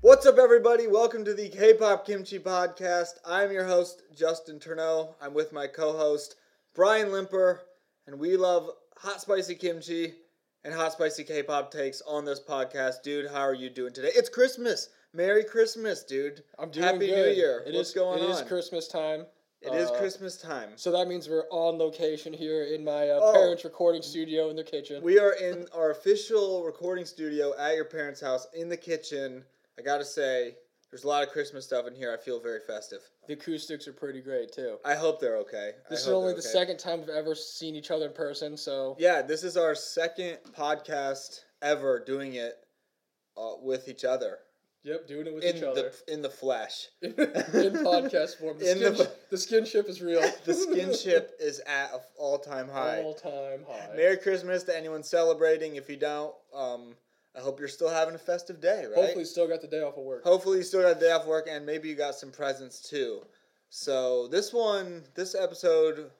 What's up, everybody? Welcome to the K-pop Kimchi Podcast. I'm your host Justin Turneau. I'm with my co-host Brian Limper, and we love hot spicy kimchi and hot spicy K-pop takes on this podcast. Dude, how are you doing today? It's Christmas. Merry Christmas, dude. I'm doing Happy good. New Year. It What's is- going It is on? Christmas time. It is Uh, Christmas time. So that means we're on location here in my uh, Oh. parents' recording studio in their kitchen. We are in our official recording studio at your parents' house in the kitchen. I gotta say, there's a lot of Christmas stuff in here. I feel very festive. the acoustics are pretty great too. I hope they're okay. I This is hope only they're the okay. second time we've ever seen each other in person, so Yeah, this is our second podcast ever doing it uh, with each other yep, doing it with in each the other in the flesh. in podcast form. The, In skin, the- the skinship is real. the skinship is at an all time high. all time high. Merry Christmas to anyone celebrating. If you don't, um, I hope you're still having a festive day. Right? Hopefully, still got the day off of work. Hopefully you still got a day off work and maybe you got some presents too. So this one, this episode,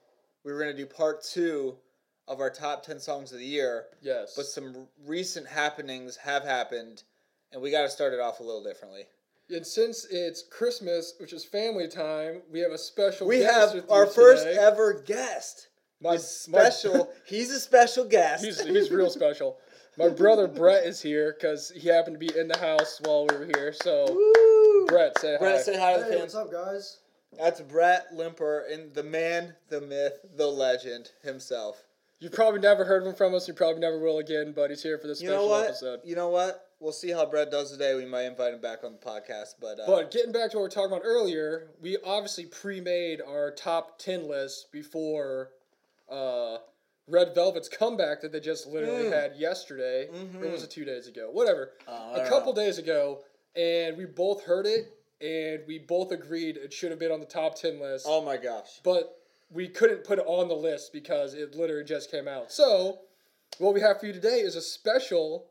we were gonna do part two of our top ten songs of the year, yes, but some recent happenings have happened, and we gotta start it off a little differently. and since it's Christmas, which is family time, we have a special. We guest have with our you first today. ever guest. my He's my- special. he's a special guest. He's he's real special. My brother Brett is here because he happened to be in the house while we were here. So Woo! Brett, say hi. Brett, say hi to the Hey, fans. what's up, guys? That's Brett Limper and the man, the myth, the legend himself. You've probably never heard him from us. You probably never will again. But he's here for this You special know what? episode. You know what? We'll see how Brett does today. We might invite him back on the podcast, but, uh, But getting back to what we were talking about earlier, we obviously pre-made our top ten list before uh, Red Velvet's comeback that they just literally Mm. Mm-hmm. had yesterday. Or was it two days ago? Whatever. Oh, I a don't couple know. days ago, and we both heard it, and we both agreed it should have been on the top ten list. Oh my gosh! but we couldn't put it on the list because it literally just came out. So, what we have for you today is a special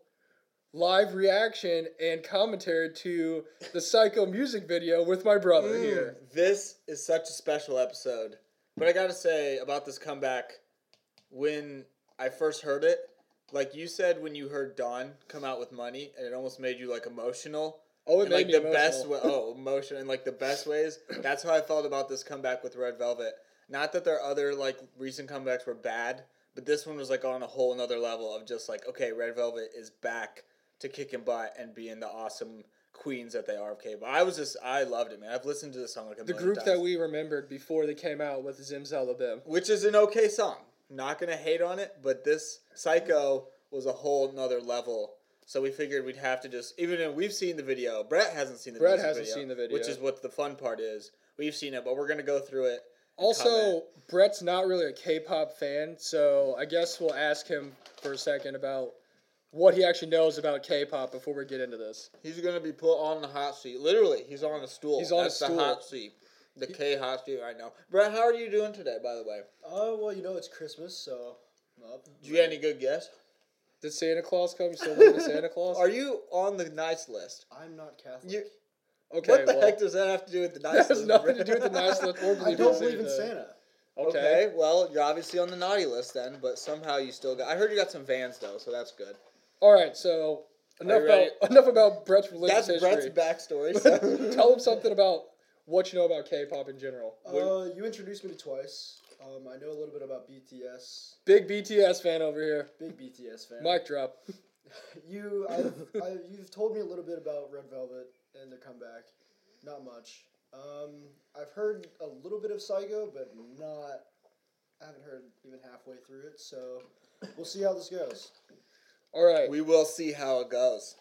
live reaction and commentary to the Psycho music video with my brother Mm. here. This is such a special episode. But I gotta say about this comeback, when I first heard it, like you said, when you heard Don come out with money, and it almost made you like emotional. Oh, it and made like me the emotional. best way, oh emotion and like the best ways that's how i felt about this comeback with red velvet not that their other like recent comebacks were bad but this one was like on a whole another level of just like okay red velvet is back to kicking butt and being the awesome queens that they are of k-pop i was just i loved it man i've listened to this song like a The million group times. that we remembered before they came out with Zimzalabim. which is an okay song not gonna hate on it but this psycho was a whole another level so we figured we'd have to just even though we've seen the video brett hasn't seen the Brett music hasn't video, seen the video. which is what the fun part is we've seen it but we're gonna go through it and comment. Also, Brett's not really a K-pop fan, so I guess we'll ask him for a second about what he actually knows about K-pop before we get into this. he's gonna be put on the hot seat literally he's on a stool He's on a That's stool. the hot seat the k hot seat right now brett how are you doing today by the way Oh, well, you know it's Christmas, so I'm up. do you have any good guess Did Santa Claus come? You still believe in Santa Claus? are you on the nice list I'm not Catholic. You- okay, what the well- heck does that have to do with the That nice has list nothing to Brett? do with the nice list or I believe don't believe in Santa. Santa. Okay. Okay. well, you're obviously on the naughty list then, but somehow you still got. I heard you got some vans though, so that's good. All right. So enough you about enough about Brett's religious That's history. Brett's backstory. So. Tell him something about what you know about K-pop in general. Uh, you introduced me to Twice. Um, I know a little bit about BTS. Big BTS fan over here. Big BTS fan. Mic drop. You, I've, I, you've told me a little bit about Red Velvet and their comeback. Not much. Um, I've heard a little bit of Psycho, but not. I haven't heard even halfway through it, so we'll see how this goes. All right. we will see how it goes.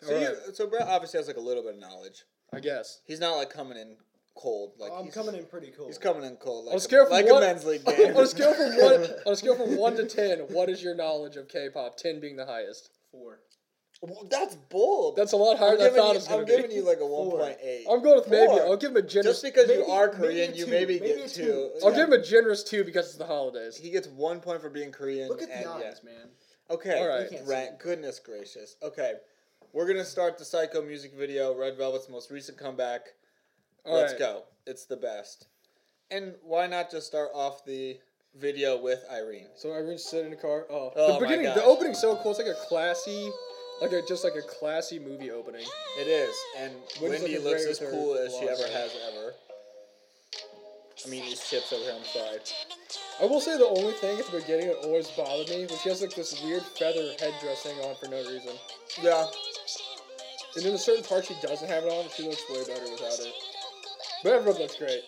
So, All you, right. so Brett obviously has like a little bit of knowledge. I guess. He's not like coming in cold. Like I'm he's, coming in pretty cool. He's coming in cold. Like On a scale a, from like a one- men's league game. on a scale from one on a scale from one to ten, what is your knowledge of K-pop? Ten being the highest. Four. Well, that's bold. That's a lot higher I'm than I giving, thought you, it was I'm going to giving be. Oh you like a one Four. point eight. I'm going with maybe. Four. I'll give him a Just generous. because you maybe- are maybe Korean, a you two. maybe, Maybe get a two. two. I'll Yeah. give him a generous two because it's the holidays. He gets one point for being Korean. Look at the and, yeah. eyes, man. Okay. All All right. right. You can't see it. Goodness gracious. Okay. We're gonna start the Psycho music video, Red Velvet's most recent comeback. All Let's right. go. It's the best. And why not just start off the video with Irene? So Irene's sitting in the car. Oh, Oh the my beginning, gosh. the opening's so cool. It's like a classy like a just like a classy movie opening. It is, and Wendy's Wendy looking looks great as with her cool as she blonde ever hair. has ever. I mean, these chips over here, I'm sorry. I will say the only thing at the beginning that always bothered me was she has like this weird feather headdress thing on for no reason. Yeah, And in a certain part she doesn't have it on, but she looks way better without it. But everyone looks great.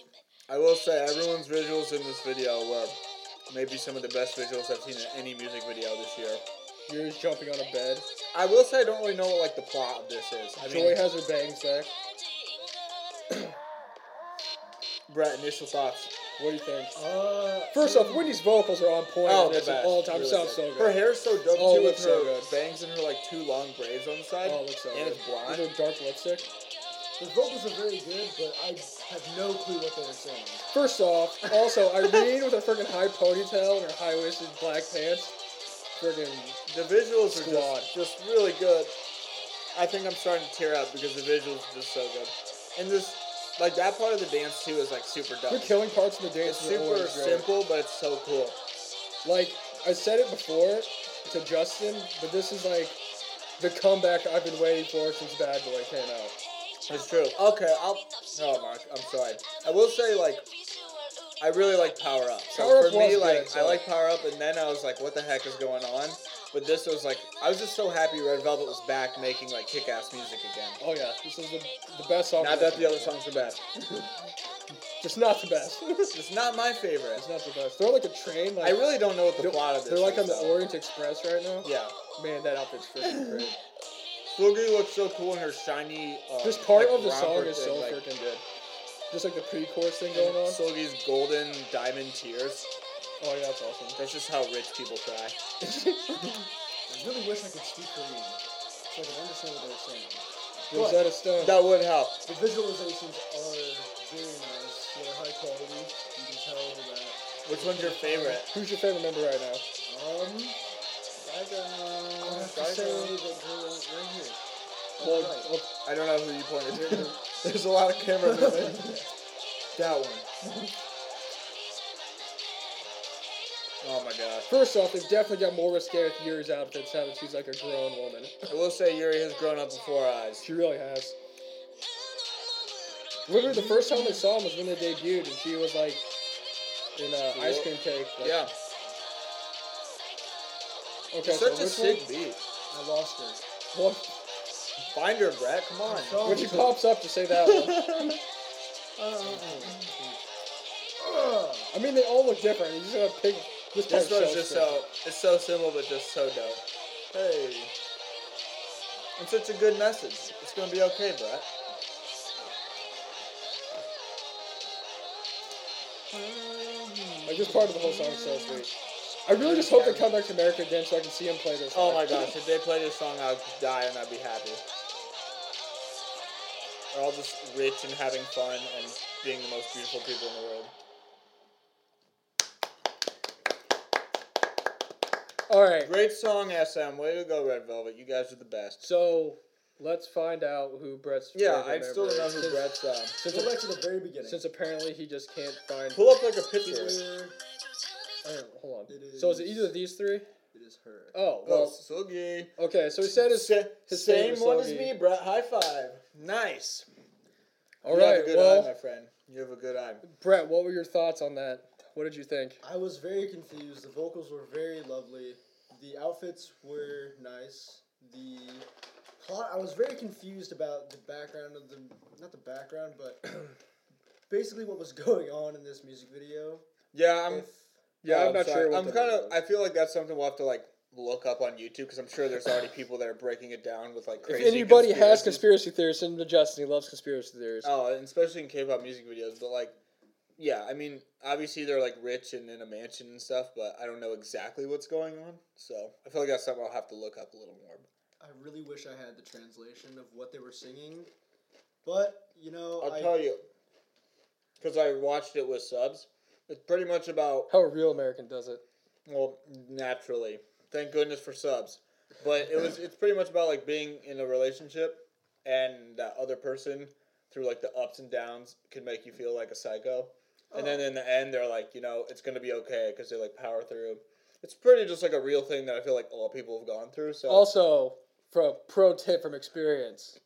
I will say everyone's visuals in this video were maybe some of the best visuals I've seen in any music video this year. You're just jumping on a bed. I will say I don't really know what like the plot of this is. I Joy mean, has her bangs back. Brett, initial thoughts. What do you think? Uh, First off, Wendy's vocals are on point. Oh, and the it's best. all time Really sounds good. so Her good. hair's so dope Oh, too, with it looks her so good. bangs and her like two long braids on the side. Oh, it looks so and good. it's blonde. With her dark lipstick. the vocals are very good, but I have no clue what they were saying. First off, also Irene with her freaking high ponytail and her high waisted black pants. Freaking The visuals are Squad. just, just really good. I think I'm starting to tear up because the visuals are just so good. And this, like that part of the dance too, is like super the dope. killing parts of the It's dance were super always great. simple, but it's so cool. Like I said it before to Justin, but this is like the comeback I've been waiting for since Bad Boy came out. It's true. Okay, I'll. No, Mark, I'm sorry. I will say like. I really like Power Up. So Power Up for was me, good, like so- I like Power Up, and then I was like, "What the heck is going on?" But this was like, I was just so happy Red Velvet was back making like kick-ass music again. Oh yeah, this is the, the best song. Not that the other songs are bad. just not the best. It's not my favorite. it's not the best. They're on, like a train. Like I really don't know what the they're, plot of this. they're like is, on the though. Orient Express right now. Yeah. Man, that outfit's freaking great. Boogie looks so cool in her shiny. Uh, This part like, of the song romper is thing, so like, freaking good. Just like the pre-chorus thing going on. Solgi's golden diamond tears. Oh yeah, that's awesome. That's just how rich people cry. I really wish I could speak Korean so I could understand what they were saying. Rosetta Stone. That would help. The visualizations are very nice. They're high quality. You can tell that. Which one's your favorite? Who's your favorite member right now? Um, I would have to say that girl right here. Well, Alright. well, I don't know who you pointed to. There's a lot of camera movement. that one. Oh my gosh. first off, they've definitely got more risque with Yuri's outfits now that she's like a grown woman. I will say Yuri has grown up before our eyes. She really has. Literally, the first time I saw him was when they debuted, and she was like in uh, ice cream cake. like- Yeah. Okay. Such so a which sick beat. I lost her. One, Find her, Brett. Come on. So- when she pops up to say that one. Ugh. I mean, they all look different. You just gotta pick. This This part's one's so just uh, different. so it's so simple but just so dope. Hey. And such a good message. It's gonna be okay, Brett. Like this part of the whole song is so sweet. I really just hope they come back to America again so I can see him play this. Oh live. my gosh, if they play this song I'll die and I'd be happy. They're all just rich and having fun and being the most beautiful people in the world. All right. Great song, SM. Way to go, Red Velvet. You guys are the best. So let's find out who Brett's. Yeah, favorite I still member don't know is, who since- Brett's um. Since, Go back to the very beginning. since apparently he just can't find. Pull up like a picture. Where uh, hold on. It So is it is- either of these three? it is her. Oh Oh, well. Sugi. Okay, so he said it's Sa- his same favorite one as song he- me, Brett. High five. Nice. all you have right. a good eye, my Well, friend. You have a good eye. Brett, what were your thoughts on that? What did you think? I was very confused. The vocals were very lovely. The outfits were nice. The plot, I was very confused about the background of the, not the background, but basically what was going on in this music video. Yeah, I'm. If, Yeah, oh, I'm not sorry. sure. What I'm the- kind of. I feel like that's something we'll have to like look up on YouTube because I'm sure there's already people that are breaking it down with like If crazy. anybody has conspiracies. conspiracy theories, send them to Justin. He loves conspiracy theories. Oh, and especially in K-pop music videos, but like, yeah, I mean, obviously they're like rich and in a mansion and stuff, but I don't know exactly what's going on, so I feel like that's something I'll have to look up a little more. I really wish I had the translation of what they were singing, but you know, I'll I- tell you, because I watched it with subs. It's pretty much about How a real American does it. Well, naturally. Thank goodness for subs. But it was it's pretty much about like being in a relationship and that other person through like the ups and downs can make you feel like a psycho. And Oh. then in the end they're like, you know, it's going to be okay cuz they like power through. It's pretty just like a real thing that I feel like all people have gone through. So Also, Pro pro tip from experience: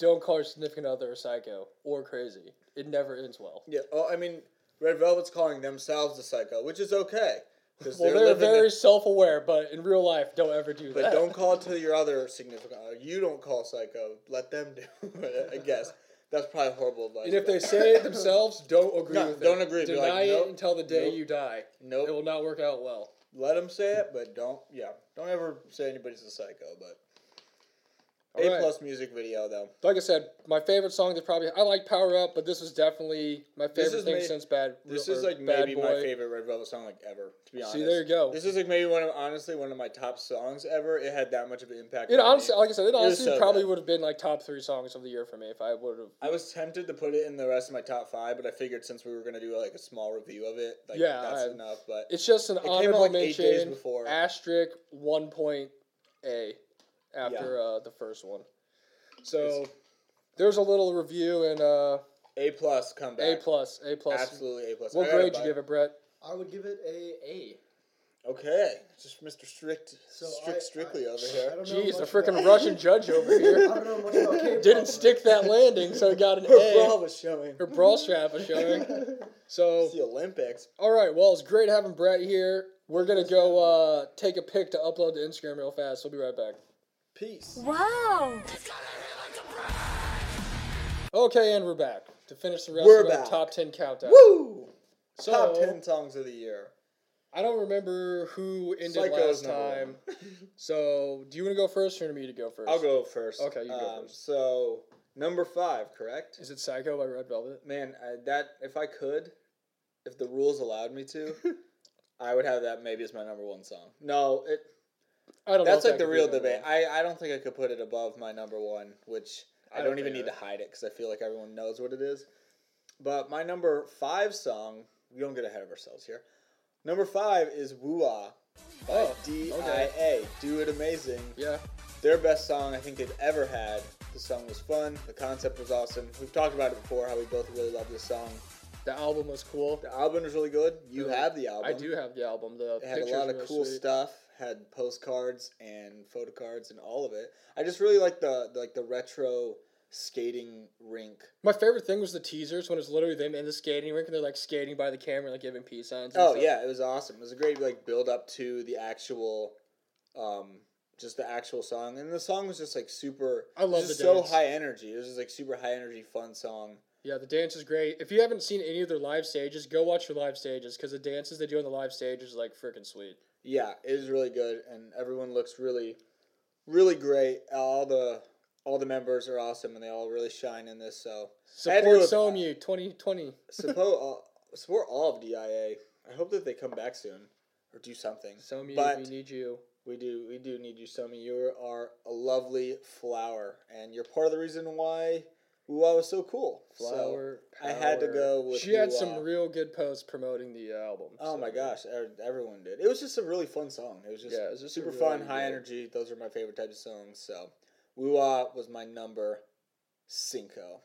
don't call your significant other a psycho or crazy. It never ends well. Yeah. Oh, I mean, Red Velvet's calling themselves a psycho, which is okay. 'cause Well, they're they're, living very it. self-aware, but in real life, don't ever do that. But don't call it to your other significant other. You don't call psycho. Let them do it, I guess. That's probably horrible advice. And if but- they say it themselves, don't agree No, with don't it. agree. Be Deny like, it nope, until the day nope, you die. It Nope. will not work out well. Let them say it, but don't, yeah. Don't ever say anybody's a psycho, but. All A right. plus music video, though. Like I said, my favorite song that probably I like Power Up, but this is definitely my This favorite is thing may- since Bad. This or is like Bad maybe Boy. my favorite Red Velvet song like ever. To be honest, See, there you go. This is like maybe one of honestly one of my top songs ever. It had that much of an impact. It on me. honestly, like I said, it honestly so probably good. would have been like top three songs of the year for me if I would have. I was tempted to put it in the rest of my top five, but I figured since we were gonna do like a small review of it, like Yeah, that's I- enough. But It's just an came out, honorable like, eight days mention. before. Asterisk one point A after uh, the first one. So there's a little review and uh, A plus comeback. A plus, A plus. Absolutely A plus. What grade you give it, Brett? I would give it a A. Okay, just Mr. Strict, So strict, I- strictly I- over I here. don't know Jeez, a much freaking about- Russian judge over I here don't know much about K-pop. didn't stick that landing, so he got an Her bra A. was showing. Her brawl strap is showing. So It's the Olympics. All right. Well, it's great having Brett here. We're gonna go uh, take a pic to upload to Instagram real fast. We'll be right back. Peace. Wow. Okay, and we're back to finish the rest We're of our back. top ten countdown. Woo! So Top ten songs of the year. I don't remember who ended Psycho's last number time. so do you want to go first, or do you want me to go first? I'll go first. Um, Okay, you go first. So number five, correct? Is it Psycho by Red Velvet? Man, I, that if I could, if the rules allowed me to, I would have that maybe as my number one song. No, it I don't. that's know if like that the could be real number debate. one. I, I don't think I could put it above my number one, which I, I don't, don't even think need I- to hide it because I feel like everyone knows what it is. But my number five song, we don't get ahead of ourselves here. Number five is Woo Ah by Oh, D I A. okay. Do It Amazing. Yeah. Their best song I think they've ever had. The song was fun. The concept was awesome. We've talked about it before how we both really love this song. The album was cool. The album is really good. You Yeah. have the album. Mm-hmm. I do have the album. The It had a pictures lot were of cool sweet. stuff. Had postcards and photo cards and all of it. I just really like the like the retro skating rink. My favorite thing was the teasers when it's literally them in the skating rink and they're like skating by the camera, like giving peace signs. and Oh stuff. yeah, it was awesome. It was a great like build up to the actual, um, just the actual song. And the song was just like super. I it love was the just so dance. high energy. It was just like super high energy, fun song. Yeah, the dance is great. If you haven't seen any of their live stages, go watch their live stages because the dances they do on the live stage is like freaking sweet. Yeah, it is really good, and everyone looks really, really great. All the all the members are awesome, and they all really shine in this. So had to Support go with- SOMU 2020. support all, uh, support all of DIA. I hope that they come back soon or do something. SOMU, But- we need you. We do we do need you, Somi. You are a lovely flower, and you're part of the reason why Woo-Ah was so cool. So, Flower. I had to power. go with She had Woo-Ah. some real good posts promoting the album. Oh so- my gosh, e- everyone did. It was just a really fun song. It was just Yeah, it was just a super really fun, high good- energy. Those are my favorite types of songs. So, Woo-Ah was my number cinco.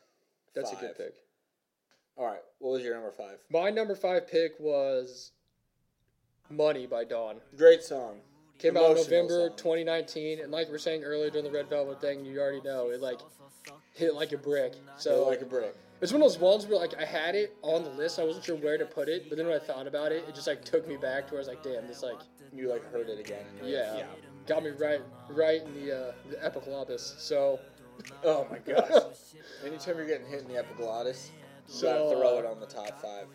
That's a Five. good pick. All right, what was your number five? My number five pick was Money by Dawn. Great song. Came out in Emotional November song. 2019, and like we we're saying earlier during the Red Velvet thing, you already know it like hit like a brick. So like a brick. It's one of those ones where like I had it on the list, I wasn't sure where to put it, but then when I thought about it, it just like took me back to where I was like, damn, this like You like heard it again. and you're yeah, like, got me right right in the uh, the epiglottis. So Oh my gosh. Anytime you're getting hit in the epiglottis, you So, gotta throw uh, it on the top five.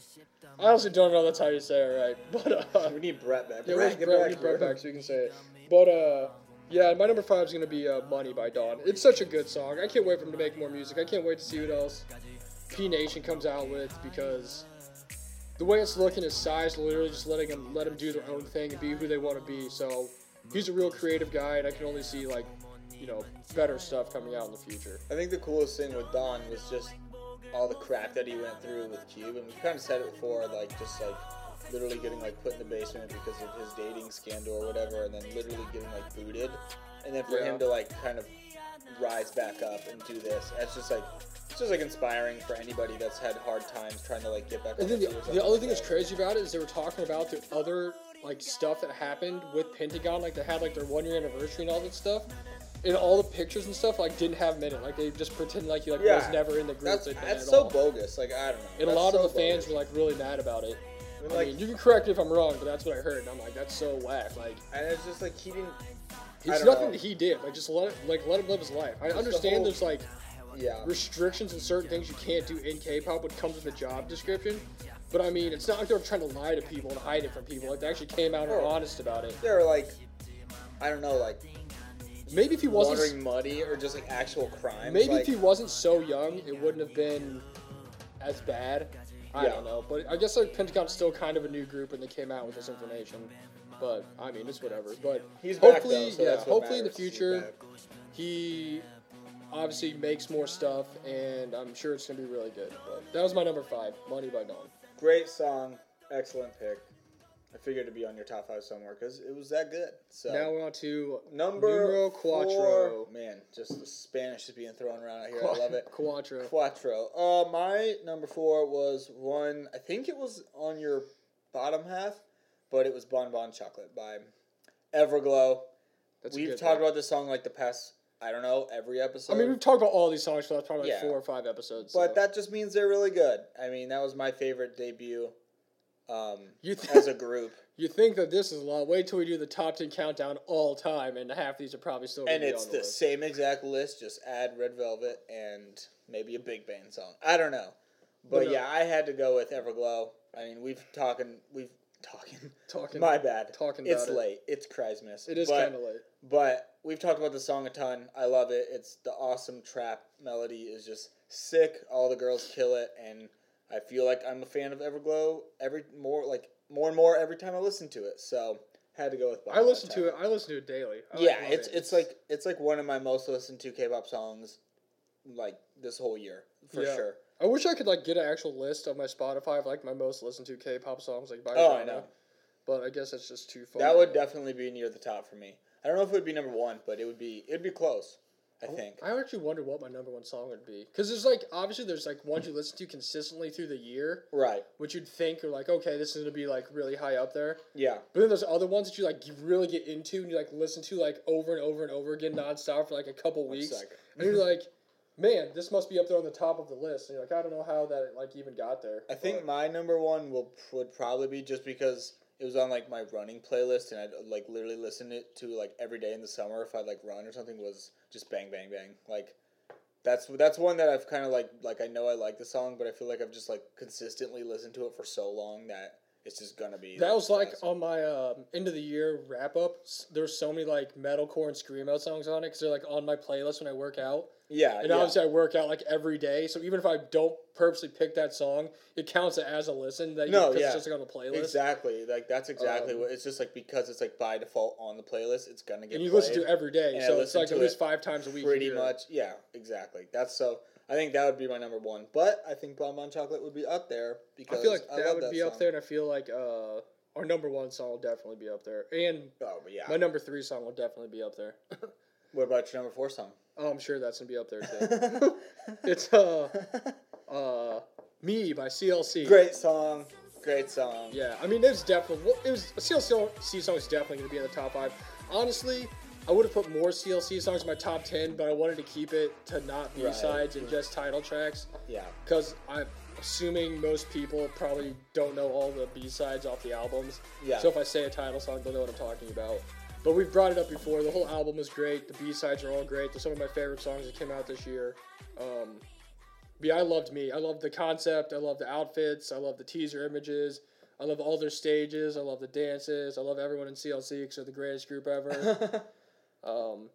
I honestly don't know that's how you say it right, but uh, We need Brett back. yeah, where's get Brett, Brett, Brett. back so you can say it. But uh, yeah, my number five is gonna be uh, Money by Dawn. It's such a good song. I can't wait for him to make more music. I can't wait to see what else P Nation comes out with because the way it's looking is size literally just letting them let them do their own thing and be who they want to be. So he's a real creative guy, and I can only see like you know better stuff coming out in the future. I think the coolest thing with Don was just all the crap that he went through with Cube, and we kind of said it before, like just like literally getting like put in the basement because of his dating scandal or whatever, and then literally getting like booted, and then for Yeah. him to like kind of rise back up and do this, it's just like it's just like inspiring for anybody that's had hard times trying to like get back. And on then the, feet or the something other like thing that's that. crazy about it is they were talking about the other like stuff that happened with Pentagon, like they had like their one year anniversary and all that stuff. in all the pictures and stuff, like didn't have him in it. Like they just pretend like he like was Yeah. never in the group. That's at- at that's so all. bogus. Like I don't know. And a That's lot so of the fans bogus. were like really mad about it. I mean, I like, mean, you can correct me if I'm wrong, but that's what I heard. And I'm like, that's so whack. Like and it's just like he didn't. I it's don't nothing know. he did. Like just let it, like let him live his life. I the understand whole- there's like Yeah. restrictions and certain things you can't do in K-pop, which comes with the job description. But I mean, it's not like they're trying to lie to people and hide it from people. Like they actually came out and were Oh. honest about it. They're like, I don't know, like Maybe if he wasn't wandering muddy or just like actual crimes. Maybe like, if he wasn't so young, it wouldn't have been as bad. I Yeah. don't know, but I guess like Pentagon's still kind of a new group, and they came out with this information. But I mean, it's whatever. But He's back, hopefully, though, so yeah, that's what hopefully in the matters. He's future, back. he obviously makes more stuff, and I'm sure it's gonna be really good. But that was my number five, Money by Dawn. Great song, excellent pick. I figured it'd be on your top five somewhere because it was that good. So Now we're on to number numero four. Man, just the Spanish is being thrown around out here. I love it. Quattro. Quattro. Uh, my number four was one. I think it was on your bottom half, but it was Bon Bon Chocolate by Everglow. That's a we've good talked one. about this song like the past. I don't know every episode. I mean, we've talked about all these songs for the last probably like Yeah. four or five episodes. But so. that just means they're really good. I mean, that was my favorite debut um, you think as a group, You think that this is a lot. Wait till we do the top 10 countdown all time, and half of these are probably still and gonna be it's on the list. same exact list. Just add Red Velvet and maybe a Big Band song. I don't know, but no. yeah, I had to go with Everglow. I mean, we've talking, we've talking. Talking, My bad. talking It's about it. late. It's Christmas. It is But- kind of late. But we've talked about the song a ton. I love it. It's the awesome trap melody is just sick. All the girls kill it, and I feel like I'm a fan of Everglow every more like more and more every time I listen to it. So had to go with. Bob I listen that to time. it. I listen to it daily. I, like, yeah, love it's it. it's like it's like one of my most listened to K-pop songs, like this whole year for Yeah. sure. I wish I could like get an actual list of my Spotify of like my most listened to K-pop songs like by Oh, I genre, know. But I guess that's just too far. That would definitely be near the top for me. I don't know if it would be number one, but it would be it'd be close. I think. I actually wonder what my number one song would be because there's like obviously there's like ones you listen to consistently through the year, Right. which you'd think are like okay this is gonna be like really high up there. Yeah. But then there's other ones that you like you really get into and you like listen to like over and over and over again nonstop for like a couple weeks, Psycho. and you're like, man, this must be up there on the top of the list. And you're like, I don't know how that like even got there. I think But my number one will would probably be just because it was on like my running playlist and I'd like literally listen it to like every day in the summer if I like run or something was just bang bang bang like that's that's one that I've kind of like like I know I like the song but I feel like I've just like consistently listened to it for so long that it's just gonna be that was like classic. on my um, end of the year wrap up. s- There's so many like metalcore and screamo songs on it because they're like on my playlist when I work out. yeah And yeah. obviously, I work out like every day, so even if I don't purposely pick that song, it counts it as a listen. That you- No, 'cause yeah. it's just like on the playlist. exactly like that's exactly Um, what it's just like because it's like by default on the playlist it's gonna get And you played. listen to it every day, And I so it's listen like to at least it five times a week. pretty here. much yeah exactly that's so i think that would be my number one but i think bonbon chocolate would be up there I because feel like that love would be up song. there, and I feel like uh, our number one song will definitely be up there, and oh but yeah my number three song will definitely be up there. what about your number four song oh, I'm sure that's gonna be up there too. it's uh, uh, me by CLC. great song great song Yeah, I mean it's definitely well, it was CLC song is definitely gonna be in the top five. Honestly, I would have put more CLC songs in my top ten, but I wanted to keep it to not B Right. sides and just title tracks. yeah Because I'm assuming most people probably don't know all the B sides off the albums. Yeah. So if I say a title song, they'll know what I'm talking about. But we've brought it up before. The whole album is great. The B sides are all great. They're some of my favorite songs that came out this year. Um, but yeah, I loved me. I loved the concept. I loved the outfits. I love the teaser images. I love all their stages. I love the dances. I love everyone in CLC because they're the greatest group ever. um,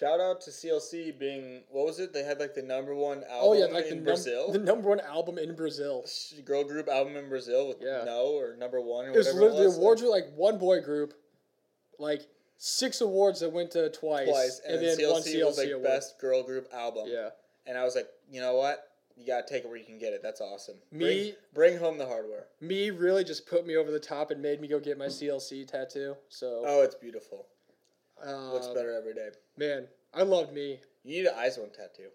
shout out to clc being what was it they had like the number one album oh yeah, like in the, num- brazil the number one album in Brazil. girl group album in brazil with Yeah. no or number one or It was whatever literally it was. the awards were like one boy group, like six awards that went to twice, twice and, then, clc, one CLC was like award. best girl group album Yeah, and I was like, you know what? You gotta take it where you can get it. That's awesome. Me- bring, bring home the hardware. me really just put me over the top and made me go get my CLC tattoo. So Oh, it's beautiful. um, Oh, Looks better every day. man. I loved me. You need an eyes one tattoo.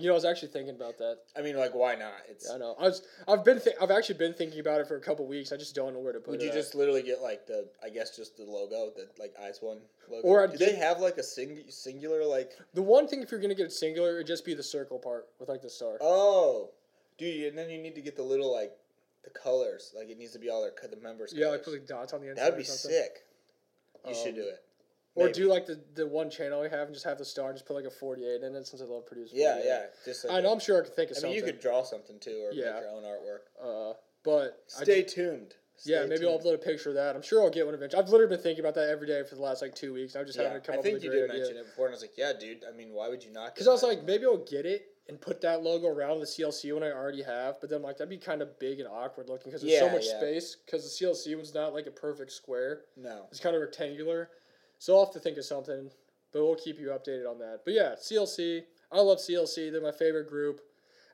You know, I was actually thinking about that. I mean, like, why not? It's Yeah, I know. I was. I've been. Th- I've actually been thinking about it for a couple weeks. I just don't know where to put would it. you at. just literally get like the I guess just the logo, the like Ice One logo? Or I'd do they get- have like a sing- singular like? the one thing if you're gonna get it singular, it'd just be the circle part with like the star. Oh, dude, and then you need to get the little like the colors. Like it needs to be all their co- the members. yeah, like colors. put like dots on the inside. that would or be something. sick. You Um, should do it. Or Maybe. do like the, the one channel we have and just have the star and just put like a 48 in it since I love Purdue's. Yeah, 48. yeah. Just like I know. I'm sure I could think of I mean, something. you could draw something too, or Yeah. make your own artwork. Uh, but I Stay ju- tuned. yeah, Stay maybe I'll tuned. upload a picture of that. I'm sure I'll get one eventually. I've literally been thinking about that every day for the last like two weeks. I just Yeah, haven't come I up think with a you great did idea. mention it before, and I was like, "Yeah, dude. I mean, why would you not?" get Because I was that? like, maybe I'll get it and put that logo around the CLC one I already have, but then like that'd be kind of big and awkward looking because there's so Yeah, much yeah. space. Because the CLC one's not like a perfect square; "No." it's kind of rectangular. So I'll have to think of something, but we'll keep you updated on that. But yeah, CLC, I love CLC. They're my favorite group.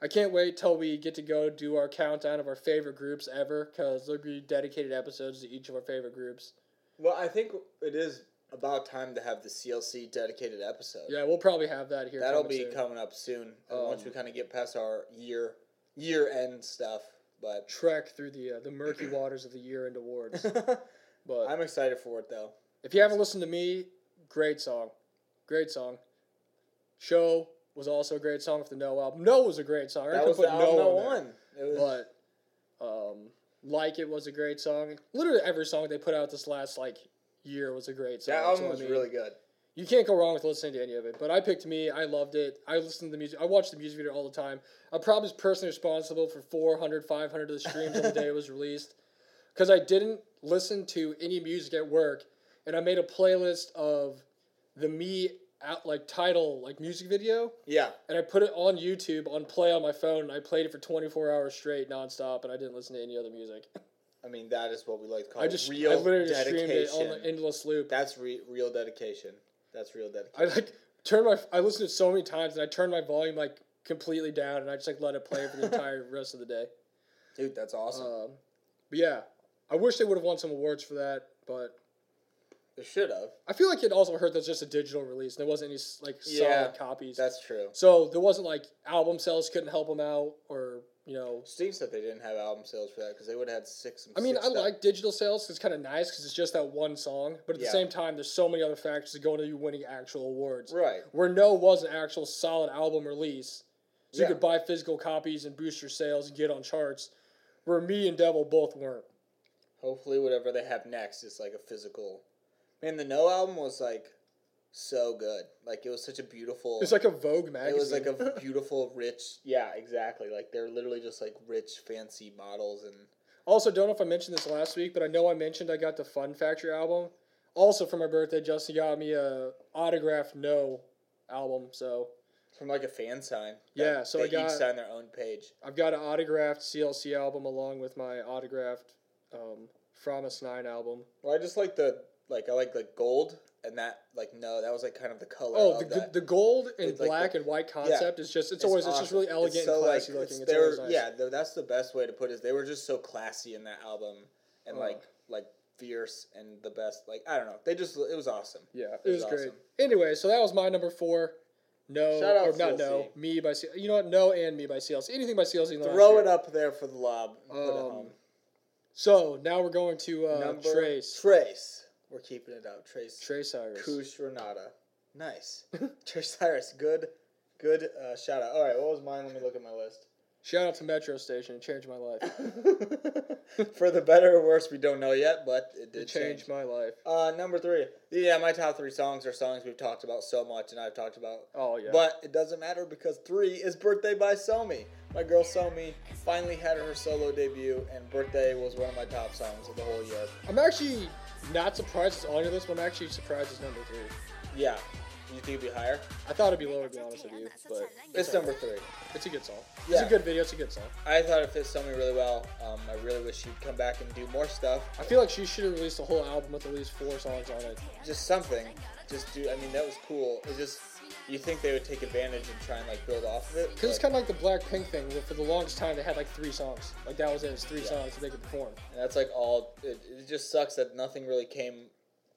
I can't wait till we get to go do our countdown of our favorite groups ever, because there'll be dedicated episodes to each of our favorite groups. Well, I think it is about time to have the CLC dedicated episode. Yeah, we'll probably have that here. That'll coming be soon. coming up soon and once we Um, kind of get past our year year end stuff. But trek through the uh, the murky waters of the year end awards, but. I'm excited for it though. If you haven't listened to me, great song. Great song. Show was also a great song off the No album. No was a great song. I That could was put the album No that on there. won. It was But um, Like It was a great song. Literally every song they put out this last like year was a great song. that So, album I was mean, really good. You can't go wrong with listening to any of it. But I picked me. I loved it. I listened to the music. I watched the music video all the time. I'm probably personally responsible for 400, 500 of the streams on the day it was released because I didn't listen to any music at work, and I made a playlist of the me out like title like music video, Yeah, and I put it on YouTube on play on my phone, and I played it for 24 hours straight nonstop, and I didn't listen to any other music. I mean that is what we like to call I just real I literally just dedication. streamed it on the endless loop. That's re- real dedication. That's real dedication. I like turned my I listened to it so many times, and I turned my volume like completely down, and I just like let it play for the entire rest of the day. Dude, that's awesome. Um, but yeah, I wish they would have won some awards for that, but it should have. I feel like it also hurt that's just a digital release. and There wasn't any s- like Yeah, solid copies. That's true. So there wasn't like album sales couldn't help them out or you know. Steve said they didn't have album sales for that because they would have had six. I mean, six I thou- like digital sales. 'cause It's kind of nice because it's just that one song. But at Yeah. the same time, there's so many other factors that go into you winning actual awards. right. Where no was an actual solid album release, so Yeah. you could buy physical copies and boost your sales and get on charts. Where me and Devil both weren't. Hopefully, whatever they have next is like a physical. Man, the No album was like so good. Like it was such a beautiful. It's like a Vogue magazine. it was like a beautiful, rich. Yeah, exactly. Like they're literally just like rich, fancy models, and Also, don't know if I mentioned this last week, but I know I mentioned I got the Fun Factory album. Also, for my birthday, Justin got me a autographed No album. So from like a fan sign. Yeah, Like, so they I got- each sign their own page. I've got an autographed CLC album along with my autographed um, From Us Nine album. Well, I just like the like I like like gold and that like no that was like kind of the color. Oh, of the, that. the gold and It's like black the- and white concept is just it's, always it's just awesome. really elegant so, and like, classy it's- looking. It's they were- always nice. Yeah, th- that's the best way to put it. Is they were just so classy in that album, and Oh. like like fierce and the best. Like I don't know, they just it was awesome. Yeah, it, It was, was great. awesome. Anyway, so that was my number four. No, Shout out or not CLC. no, me by C- you know what? No and me by CLC. Anything by CLC. In the last Throw year. it up there for the lob. and put it Um, home. So now we're going to uh, Number- Trace. Trace. We're keeping it up. Trace. Trey Cyrus. Kush Renata. Nice. Trace Cyrus. Good. Good uh, shout out. All right, what was mine? Let me look at my list. Shout out to Metro Station. It changed my life. for the better or worse, we don't know yet, but it It did change. changed my life. Uh, number three. Yeah, my top three songs are songs we've talked about so much and I've talked about. Oh yeah. But it doesn't matter because three is Birthday by Somi. My girl Somi finally had her solo debut, and Birthday was one of my top songs of the whole year. I'm actually not surprised it's on your list, but I'm actually surprised it's number three. Yeah. You think it'd be higher? I thought it'd be lower, to be honest with you, but It's number three. it's a good song. It's Yeah. a good video. It's a good song. I thought it fit Somi really well. Um, I really wish she'd come back and do more stuff. I feel like she should have released a whole album with at least four songs on it. Just something. Just do. I mean, that was cool. It's just you think they would take advantage and try and like build off of it. Cause it's but- kind of like the Blackpink thing, where for the longest time they had like three songs. Like that was it. It was three songs that they could perform. And that's like all. It, it just sucks that nothing really came,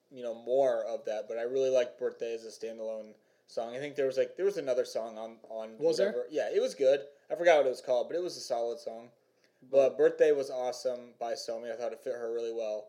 you know, more of that. But I really like Birthday as a standalone song. I think there was like there was another song on on Was there? whatever. Yeah, it was good. I forgot what it was called, but it was a solid song. Mm-hmm. But birthday was awesome by Somi. I thought it fit her really well,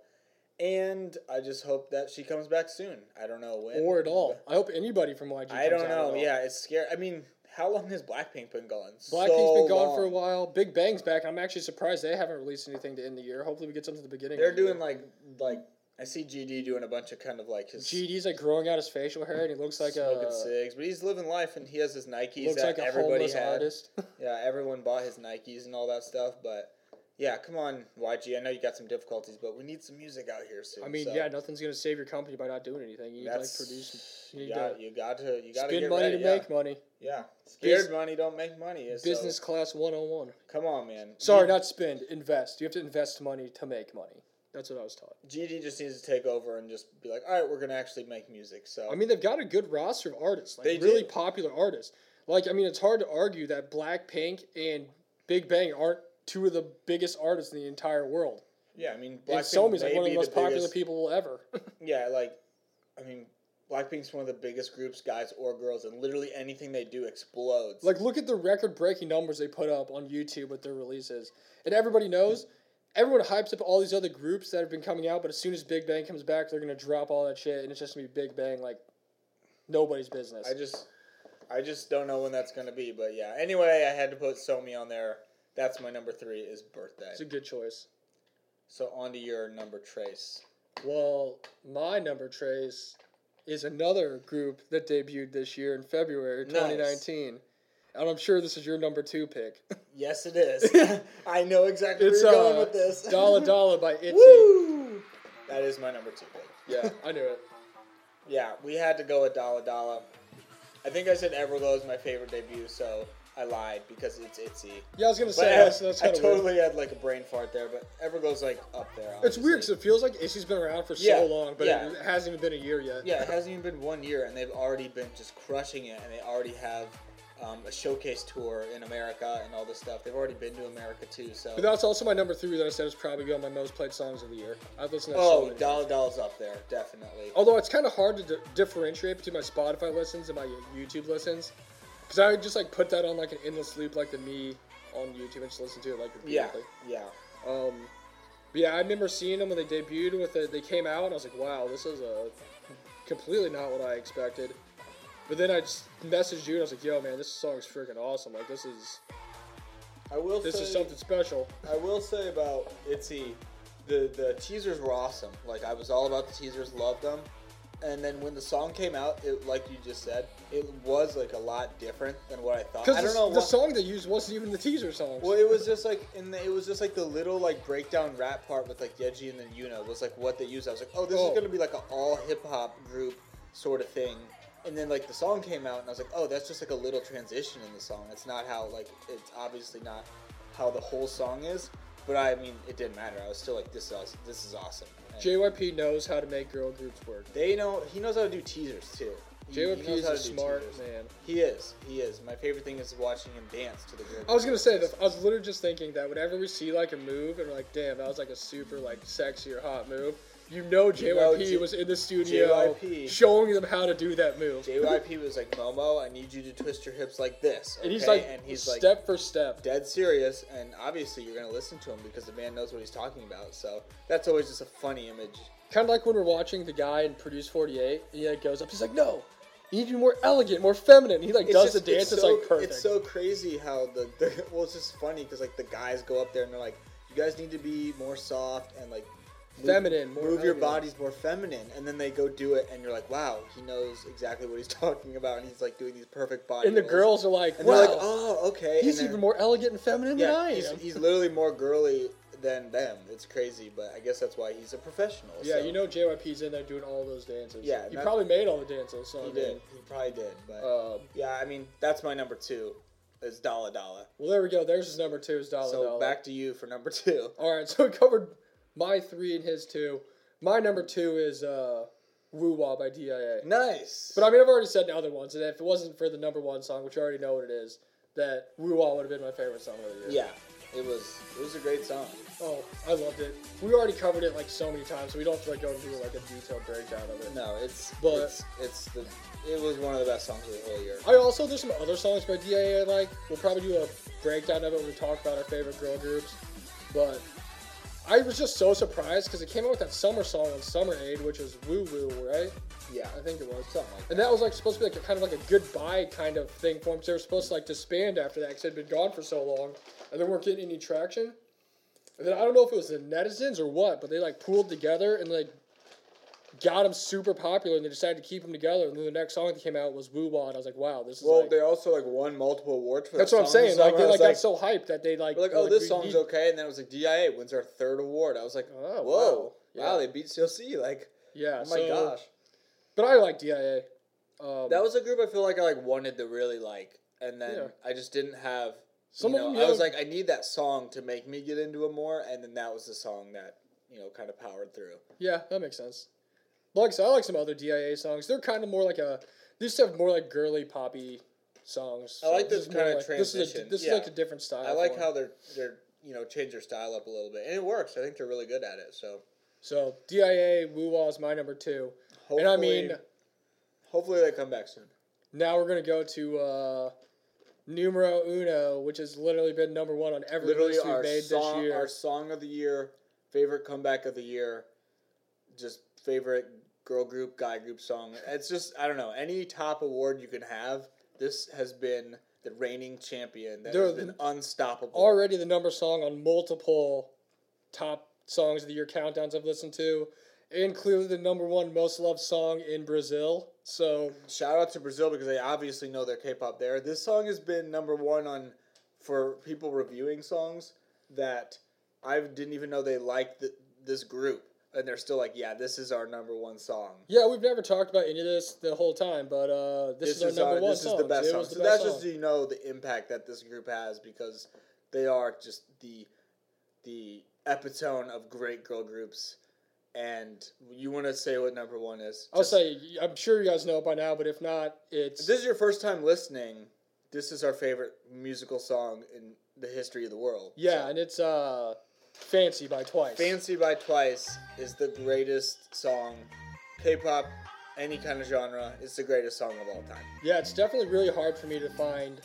and I just hope that she comes back soon. I don't know when or at all. I hope anybody from YG. I comes don't out at know. all. Yeah, it's scary. I mean, how long has Blackpink been gone? Blackpink's So been gone for a long. while. Big Bang's back. I'm actually surprised they haven't released anything to end the year. Hopefully, we get something at the beginning. They're of the year. doing like like I see GD doing a bunch of kind of like his GD's like growing out his facial hair, and he looks like smoking a cigs, but he's living life and he has his Nikes looks that like a everybody homeless had. artist. Yeah, everyone bought his Nikes and all that stuff, but yeah, come on, YG. I know you got some difficulties, but we need some music out here soon. I mean, so yeah, nothing's gonna save your company by not doing anything. You need to like that's produce. You you, need got, to you got to you got to spend get money ready. to yeah. make money. Yeah, Bus- scared money don't make money. so Business class 101. Come on, man. Sorry, not spend. Invest. You have to invest money to make money. That's what I was taught. GD just needs to take over and just be like, all right, we're gonna actually make music. So I mean, they've got a good roster of artists, like They really do. popular artists. Like, I mean, it's hard to argue that Blackpink and Big Bang aren't two of the biggest artists in the entire world. yeah, I mean, and Somi's like one of the most popular people ever. Yeah, like, I mean, Blackpink's one of the biggest groups, guys or girls, and literally anything they do explodes. like, look at the record-breaking numbers they put up on YouTube with their releases, and everybody knows. Everyone hypes up all these other groups that have been coming out, but as soon as Big Bang comes back, they're gonna drop all that shit, and it's just gonna be Big Bang like nobody's business. I just, I just don't know when that's gonna be, but yeah. Anyway, I had to put Somi on there. That's my number three is birthday. it's a good choice. So on to your number trace. Well, my number trace is another group that debuted this year in February Nice. 2019. And I'm sure this is your number two pick. Yes, it is. I know exactly It's where you're uh, going with this. Dala Dala by Itzy. Woo! That is my number two pick. Yeah, I knew it. Yeah, we had to go with Dala Dala. I think I said Everglow is my favorite debut, so I lied because it's Itzy. Yeah, I was gonna But say that's, that's I, I kind of weird. totally had like a brain fart there, but Everglow's like up there. It's Obviously. weird because it feels like Itzy's been around for Yeah, so long, but yeah. it hasn't even been a year yet. yeah, it hasn't even been one year, and they've already been just crushing it, and they already have um, a showcase tour in America and all this stuff. They've already been to America too, so. But that's also my number three that I said is probably one of my most played songs of the year. I've listened to that so Oh, Oh, many times. Dala Dala's up there, definitely. Although it's kind of hard to di- differentiate between my Spotify listens and my YouTube listens, because I would just like put that on like an endless loop, like the me on YouTube, and just listen to it like Yeah, repeatedly. yeah. Um, but yeah, I remember seeing them when they debuted with it. They came out, and I was like, wow, this is a completely not what I expected. But then I just messaged you, and I was like, yo, man, this song's freaking awesome. Like this is I will this say, is something special. I will say about Itzy, the the teasers were awesome. Like I was all about the teasers, loved them. And then when the song came out, it like you just said, it was like a lot different than what I thought. I Because don't the, know the why- song they used wasn't even the teaser song. Well, it was just like, and it was just like the little like breakdown rap part with like Yeji and then Yuna was like what they used. I was like, oh, this Oh. is gonna be like an all hip hop group sort of thing. And then like the song came out, and I was like, oh, that's just like a little transition in the song. It's not how like it's obviously not how the whole song is. But I mean, it didn't matter. I was still like, this is awesome. This is awesome. And JYP knows how to make girl groups work. they know he knows how to do teasers too. He- he JYP knows is how a to do smart teasers. man. He is. He is. My favorite thing is watching him dance to the. group. I was gonna say that I was literally just thinking that whenever we see like a move and we're like, damn, that was like a super like sexy or hot move. You know, JYP J- was in the studio JYP. showing them how to do that move, JYP was like, Momo, I need you to twist your hips like this. and he's okay?" like, and he's like, step for step. dead serious. And obviously, you're gonna listen to him because the man knows what he's talking about. So that's always just a funny image. Kind of like when we're watching the guy in Produce 48, and he like goes up, he's like, no, you need to be more elegant, more feminine. And he like does the dance, it's, so, like perfect. It's so crazy how the, the well, it's just funny because like the guys go up there and they're like, you guys need to be more soft and like. move- Feminine, more move your elegant. bodies more feminine, and then they go do it, and you're like, "Wow, he knows exactly what he's talking about," and he's like doing these perfect body. and the rolls. girls are like, and wow, they're like, "Oh, okay." he's and they're- even more elegant and feminine than I Yeah, am. he's, he's literally more girly than them. It's crazy, but I guess that's why he's a professional. yeah, so. you know, JYP's in there doing all those dances. Yeah, he that- probably made all the dances. So I he mean, did. He probably did. But Um, yeah, I mean, that's my number two. Is Dala Dala. Well, there we go. There's his number two is Dollar So Dollar. back to you for number two. All right, so we covered my three and his two. My number two is uh, Woo Wah by DIA. Nice. But I mean, I've already said the other ones, and if it wasn't for the number one song, which you already know what it is, that Woo Wah would have been my favorite song of the year. yeah, It was it was a great song. Oh, I loved it. We already covered it like so many times, so we don't have to like go into like a detailed breakdown of it. No, it's But- it's it's the it was one of the best songs of the whole year. I also there's some other songs by DIA I like. We'll probably do a breakdown of it when we talk about our favorite girl groups. But I was just so surprised because it came out with that summer song on Summer Aid, which was Woo Woo, right? Yeah, I think it was. something like that. And that was like supposed to be like a kind of like a goodbye kind of thing for them. 'cause They were supposed to like disband after that because they'd been gone for so long, and they weren't getting any traction. And then I don't know if it was the netizens or what, but they like pooled together and like got them super popular, and they decided to keep them together. And then the next song that came out was Woo Wah, and I was like, wow, this is Well, like, they also like won multiple awards for that's that what I'm song. saying. Like I they was like got so hyped that they like we're like, were oh, like, this we song's need- okay, and then it was like DIA wins our third award. I was like, whoa, Oh, wow. wow, Yeah. they beat CLC. Like, Yeah. oh my so- gosh, But I like DIA. Um, that was a group I feel like I like wanted to really like, and then Yeah. I just didn't have. Some Some of of them, I was yeah. like, I need that song to make me get into it more, and then that was the song that you know kind of powered through. Yeah, that makes sense. Like I said, I like some other DIA songs. They're kind of more like a. They used to have more like girly poppy songs. I like This this is more kinda like- this is a- transition, This is, yeah. like a different style. I like for how 'em. they're they're you know change their style up a little bit, and it works. I think they're really good at it. So So DIA Woo Wah is my number two, hopefully, and I mean hopefully they come back soon. now we're gonna go to uh, numero uno, which has literally been number one on every Literally list we've our made song, this year. our song of the year, favorite comeback of the year, just favorite girl group, guy group song. It's just I don't know any top award you can have. This has been the reigning champion that has They're been unstoppable. already the number song on multiple top songs of the year countdowns I've listened to, and clearly the number one most loved song in Brazil. So Shout out to Brazil because they obviously know their K-pop there. This song has been number one on for people reviewing songs that I didn't even know they liked th- this group, and they're still like, "Yeah, this is our number one song." yeah, we've never talked about any of this the whole time, but uh, this, is our number one this song. is the best It song. was the so best that's just song. so you know the impact that this group has because they are just the the epitome of great girl groups. And you want to say what number one is? I'll Just- say I'm sure you guys know it by now, but if not, If it's this is your first time listening, this is our favorite musical song in the history of the world. yeah, So, and it's uh, "Fancy" by Twice. Fancy by Twice is the greatest song, K pop, any kind of genre, it's the greatest song of all time. Yeah, it's definitely really hard for me to find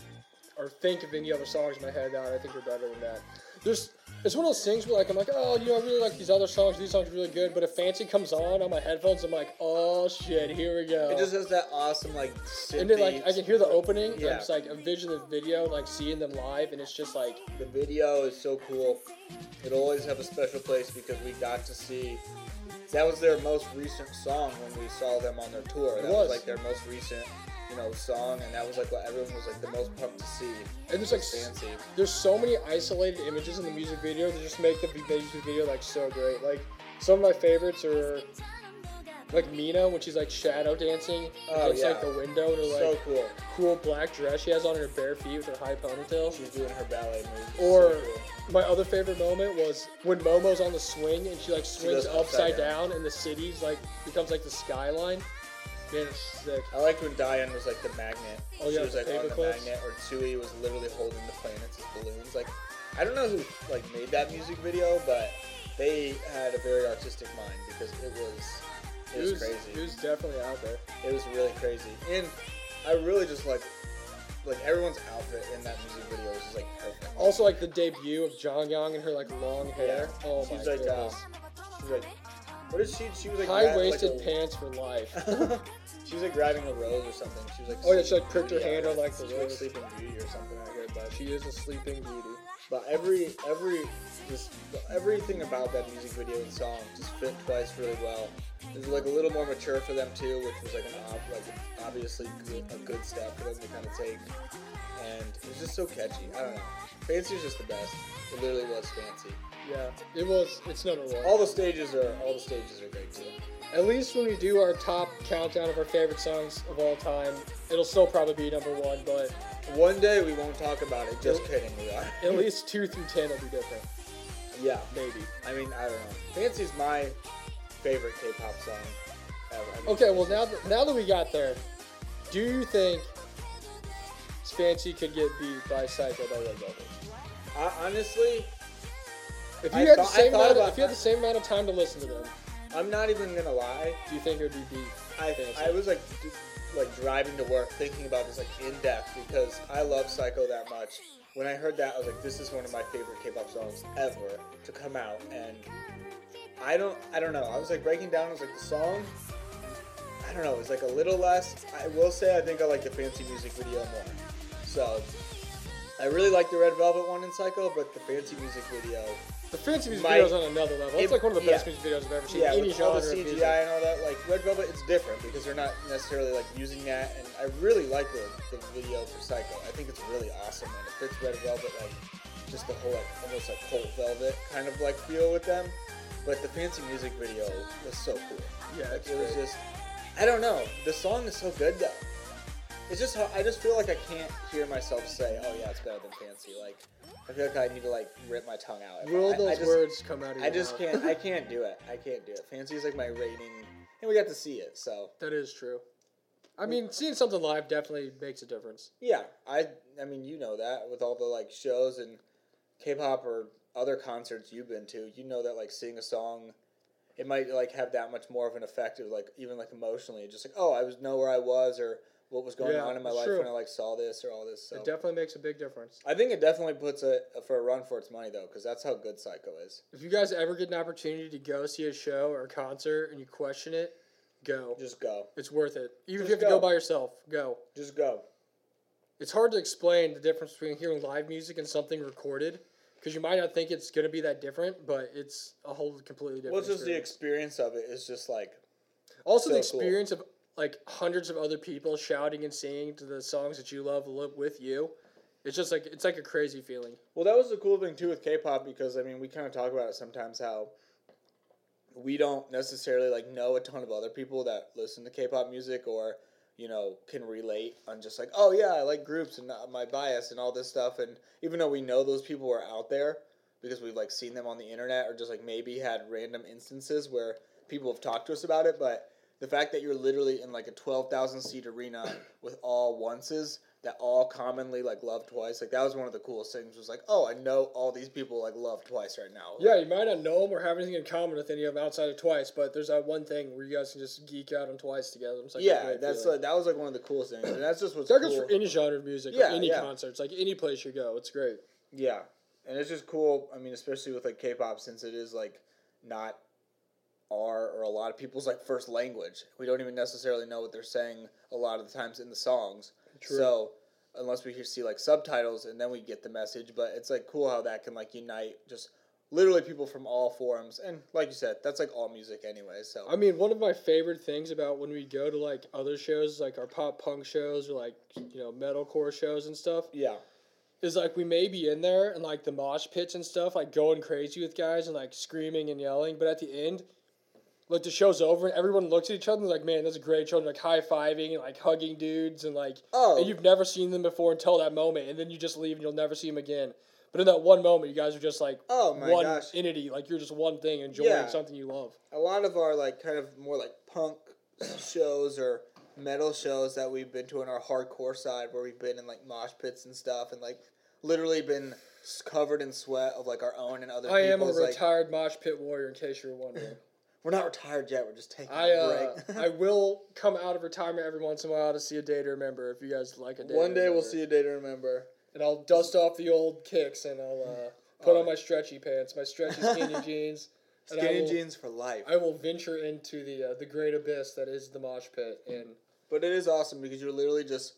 or think of any other songs in my head that I think are better than that. There's it's one of those things where like I'm like, oh, you know, I really like these other songs. These songs are really good. But if Fancy comes on on my headphones, I'm like, oh shit, here we go. It just has that awesome, like, and then synthy- like I can hear the opening. Yeah. Yeah. And it's like envision the video, like seeing them live, and it's just like The video is so cool. It'll always have a special place because we got to see. That was their most recent song when we saw them on their tour. That was. was. like their most recent, you know, song, and that was like what everyone was like the most pumped to see. and there's like was s- fancy. there's so many isolated images in the music video that just make the v- music video like so great. Like some of my favorites are like Mina when she's like shadow dancing Oh, against like yeah. the window and her so like cool. cool black dress she has on her bare feet with her high ponytail. She's doing her ballet moves. It's Or so cool. my other favorite moment was when Momo's on the swing and she like goes swings upside, upside down. and the city's like becomes like the skyline. Man, it's sick. I liked when Diane was like the magnet. Oh, yeah, she was the like on the paperclips. magnet, or Tsui was literally holding the planets as balloons. Like, I don't know who like made that music video, but they had a very artistic mind because it was it, was, It crazy. was definitely out there. It was really crazy, and I really just like like everyone's outfit in that music video was just like perfect. Also, like the debut of Jong Yang and her like long hair. Yeah. Oh she's my like, uh, goodness. she's like, what is she? She was like High riding, like, waisted a- pants for life. she was like grabbing a rose or something. She was like, Oh, yeah, she, Sleeping like, pricked her Beauty, I hand on, guess. like, the She was, like, rose. sleeping beauty or something. I heard, but She is a sleeping beauty. But every every just everything about that music video and song just fit twice really well. It was like a little more mature for them too, which was like an ob- like obviously good, a good step for them to kind of take. And it was just so catchy. I don't know. Fancy's just the best. It literally was fancy. Yeah, it was. It's number one. All the stages are all the stages are great too. At least when we do our top countdown of our favorite songs of all time, it'll still probably be number one, but One day we won't talk about it. Just kidding, we are. at least two through ten will be different. yeah. Maybe. I mean, I don't know. Fancy's my favorite K-pop song ever. I mean, Okay, well it's now that now that we got there, do you think Fancy could get beat by Psycho by Red Velvet? just- I, honestly, If I you had the thought- I same thought amount, of, about if you had that. the same amount of time to listen to them, I'm not even gonna lie. do you think it would be beef? I I was like d- like driving to work thinking about this like in depth because I love Psycho that much. When I heard that, I was like, this is one of my favorite K-pop songs ever to come out, and I don't I don't know. I was like breaking down. I was like the song. I don't know. It was like a little less. I will say I think I like the fancy music video more. So I really like the Red Velvet one in Psycho, but the fancy music video. The fancy music My- video is on another level. it- It's like one of the best yeah. music videos I've ever seen. Yeah, any with all genre the of CGI music. and all that, like Red Velvet, it's different because they're not necessarily like using that. And I really like the, the video for Psycho. I think it's really awesome and it fits Red Velvet like just the whole like almost like cold velvet kind of like feel with them. But the fancy music video was so cool. Yeah, like, it's it was great. just I don't know. The song is so good though. It's just how I just feel like I can't hear myself say, "Oh yeah, it's better than fancy." Like I feel like I need to like rip my tongue out. Will I, I those just- words come out of your I just mouth? can't. I can't do it. I can't do it. Fancy is like my rating, and we got to see it. So That is true. I mean, seeing something live definitely makes a difference. yeah, I. I mean, you know that with all the like shows and K-pop or other concerts you've been to, you know that like seeing a song, it might like have that much more of an effect of like even like emotionally, just like oh, I was know where I was or what was going Yeah, on in my it's life true. when I like saw this or all this. So It definitely makes a big difference. I think it definitely puts it for a run for its money though, because that's how good Psycho is. If you guys ever get an opportunity to go see a show or a concert and you question it, go. Just go, It's worth it. Even if Just you have to go. go by yourself, go. just go. It's hard to explain the difference between hearing live music and something recorded because you might not think it's going to be that different, but it's a whole completely different. Well, just the experience. experience of it is just like Also, the So cool. experience of like hundreds of other people shouting and singing to the songs that you love live with you. It's just like it's like a crazy feeling. Well, that was the cool thing too with K-pop because I mean we kind of talk about it sometimes how we don't necessarily like know a ton of other people that listen to K-pop music or you know can relate on just like oh yeah I like groups and uh, my bias and all this stuff and even though we know those people are out there because we've like seen them on the internet or just like maybe had random instances where people have talked to us about it but the fact that you're literally in like a 12,000 seat arena with all onces that all commonly like love twice like that was one of the coolest things was like oh I know all these people like love twice right now Yeah, you might not know them or have anything in common with any of them outside of Twice, but there's that one thing where you guys can just geek out on Twice together. It's like a yeah, great that's feeling. like, that was like one of the coolest things, and that's just what's that goes cool. for any genre of music, Yeah, or any yeah. concerts, like any place you go. It's great. yeah, and it's just cool. I mean, especially with like K-pop, since it is like not our or a lot of people's like first language. We don't even necessarily know what they're saying a lot of the times in the songs. True. So unless we hear- see like subtitles and then we get the message, but it's like cool how that can like unite just literally people from all forums. And like you said, that's like all music anyway. So I mean, one of my favorite things about when we go to like other shows, like our pop punk shows or like you know metalcore shows and stuff, yeah, is like we may be in there and like the mosh pits and stuff, like going crazy with guys and like screaming and yelling, but at the end, like the show's over and everyone looks at each other and is like, man, that's a great show, and like high fiving and like hugging dudes and like Oh. and you've never seen them before until that moment, and then you just leave and you'll never see them again. But in that one moment, you guys are just like Oh my one gosh. entity, like you're just one thing, enjoying Yeah. something you love. a lot of our like kind of more like punk shows or metal shows that we've been to on our hardcore side where we've been in like mosh pits and stuff and like literally been s- covered in sweat of like our own and other I am a people's like retired mosh pit warrior, in case you were wondering. we're not retired yet we're just taking I a uh, break I will come out of retirement every once in a while to see a day to remember. If you guys like a day, one to day we'll remember. see a day to remember and I'll dust off the old kicks and I'll uh, put Oh. on my stretchy pants, my stretchy skinny jeans, and I skinny will, jeans for life I will venture into the uh, the great abyss that is the mosh pit, and but it is awesome because you're literally just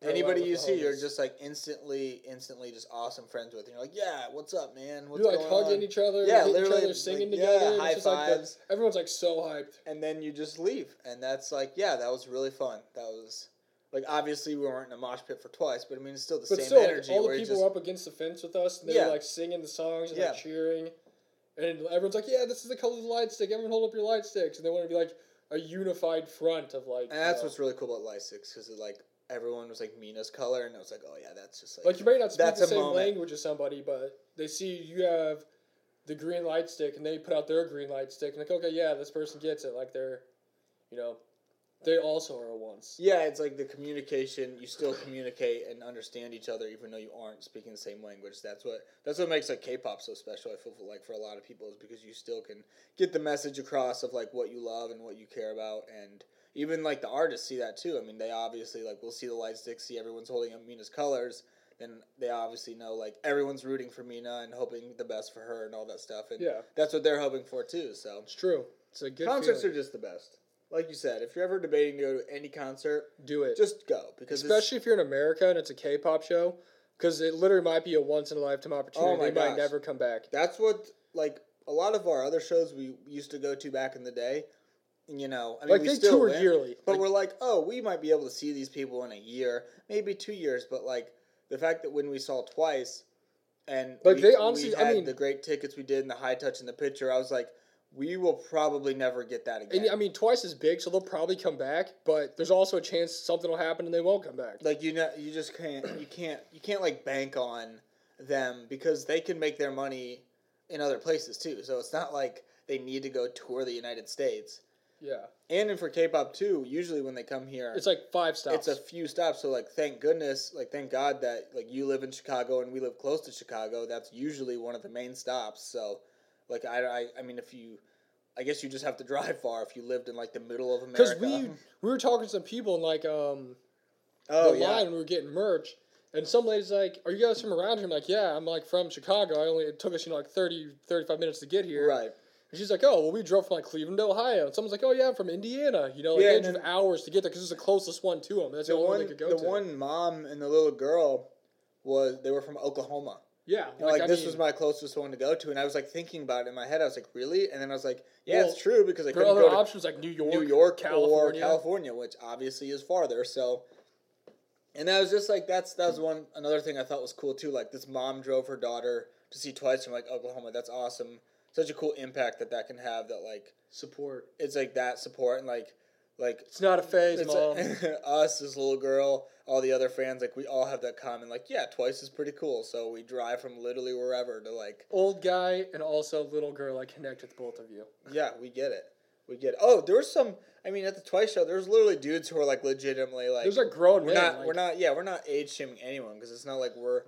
Parallel anybody with you the see you're homies. just like instantly instantly just awesome friends with and you're like yeah what's up man what's we like going hugging on? each other, Yeah, yeah, each literally, other singing like, yeah, together. and high it's just like the- fives. everyone's like so hyped. and then you just leave and that's like yeah that was really fun that was like obviously we weren't in a mosh pit for twice but i mean it's still the But same still, like, energy all the where you people just were up against the fence with us, and they Yeah. were like singing the songs and Yeah. like cheering, and everyone's like, "Yeah, this is the color of the light stick. Everyone hold up your light sticks," and they want to be like a unified front of like. and that's you know, what's really cool about Lysix because like everyone was like Mina's color and it was like oh yeah that's just like, Like you may not speak That's the a same moment. language as somebody, but they see you have the green light stick, and they put out their green light stick, and like, okay, yeah, this person gets it. Like they're, you know, They also are once. Yeah, it's like the communication. You still communicate and understand each other, even though you aren't speaking the same language. That's what that's what makes like K-pop so special. I feel for, like for a lot of people is because you still can get the message across of like what you love and what you care about, and even like the artists see that too. I mean, they obviously like will see the light stick, see everyone's holding up Mina's colors, then they obviously know like everyone's rooting for Mina and hoping the best for her and all that stuff, and Yeah. that's what they're hoping for too. So It's true. It's a good concerts feeling. are just the best. Like you said, if you're ever debating to go to any concert do it. just go because it's- especially if you're in America and it's a K-pop show, because it literally might be a once in a lifetime opportunity. Oh my they might gosh. never come back. that's what like a lot of our other shows we used to go to back in the day. You know, I mean, Like, we they still tour went, yearly. but Like- we're like, oh, we might be able to see these people in a year, maybe two years. But like the fact that when we saw twice, and Like, we- they honestly- we I had mean- the great tickets we did and the high touch and the picture, I was like, we will probably never get that again. And I mean, twice as big, so they'll probably come back. But there's also a chance something will happen and they won't come back. like you know you just can't you can't you can't like bank on them because they can make their money in other places too so it's not like they need to go tour the united states Yeah, and then for k-pop too usually when they come here it's like five stops. it's a few stops so like thank goodness like thank god that like you live in chicago and we live close to chicago that's usually one of the main stops so like i i, I mean if you i guess you just have to drive far if you lived in like the middle of america because we we were talking to some people and like um oh the line we were getting merch. And some lady's like, Are you guys from around here? I'm like, Yeah, I'm like from Chicago. I only it took us, you know, like 30, 35 minutes to get here. right And she's like, Oh, well, we drove from like Cleveland, to Ohio. And someone's like, Oh yeah, I'm from Indiana. You know, like Yeah, they and drove then- hours to get there because it's the closest one to them. That's the, the only one one, they could go the to. one mom and the little girl was they were from Oklahoma. yeah. And, like I this mean, was my closest one to go to, and I was like thinking about it in my head. I was like, really? And then I was like, yeah, Well, it's true because I there are couldn't other go to options like New York, New York California. or California, which obviously is farther. So, and I was just like, that's that was one another thing I thought was cool too. Like this mom drove her daughter to see Twice from like Oklahoma. That's awesome. Such a cool impact that that can have. That like Support. it's like that support and like like It's not a phase, it's mom. us, this little girl, all the other fans, like we all have that common. Like, yeah, twice is pretty cool. So we drive from literally wherever to like, Old guy and also little girl. I connect with both of you. yeah, we get it, we get. It. Oh, there was some. I mean, at the Twice show, there's literally dudes who are like legitimately like, There's like grown we're men. not, like, we're not, yeah, we're not age shaming anyone because it's not like we're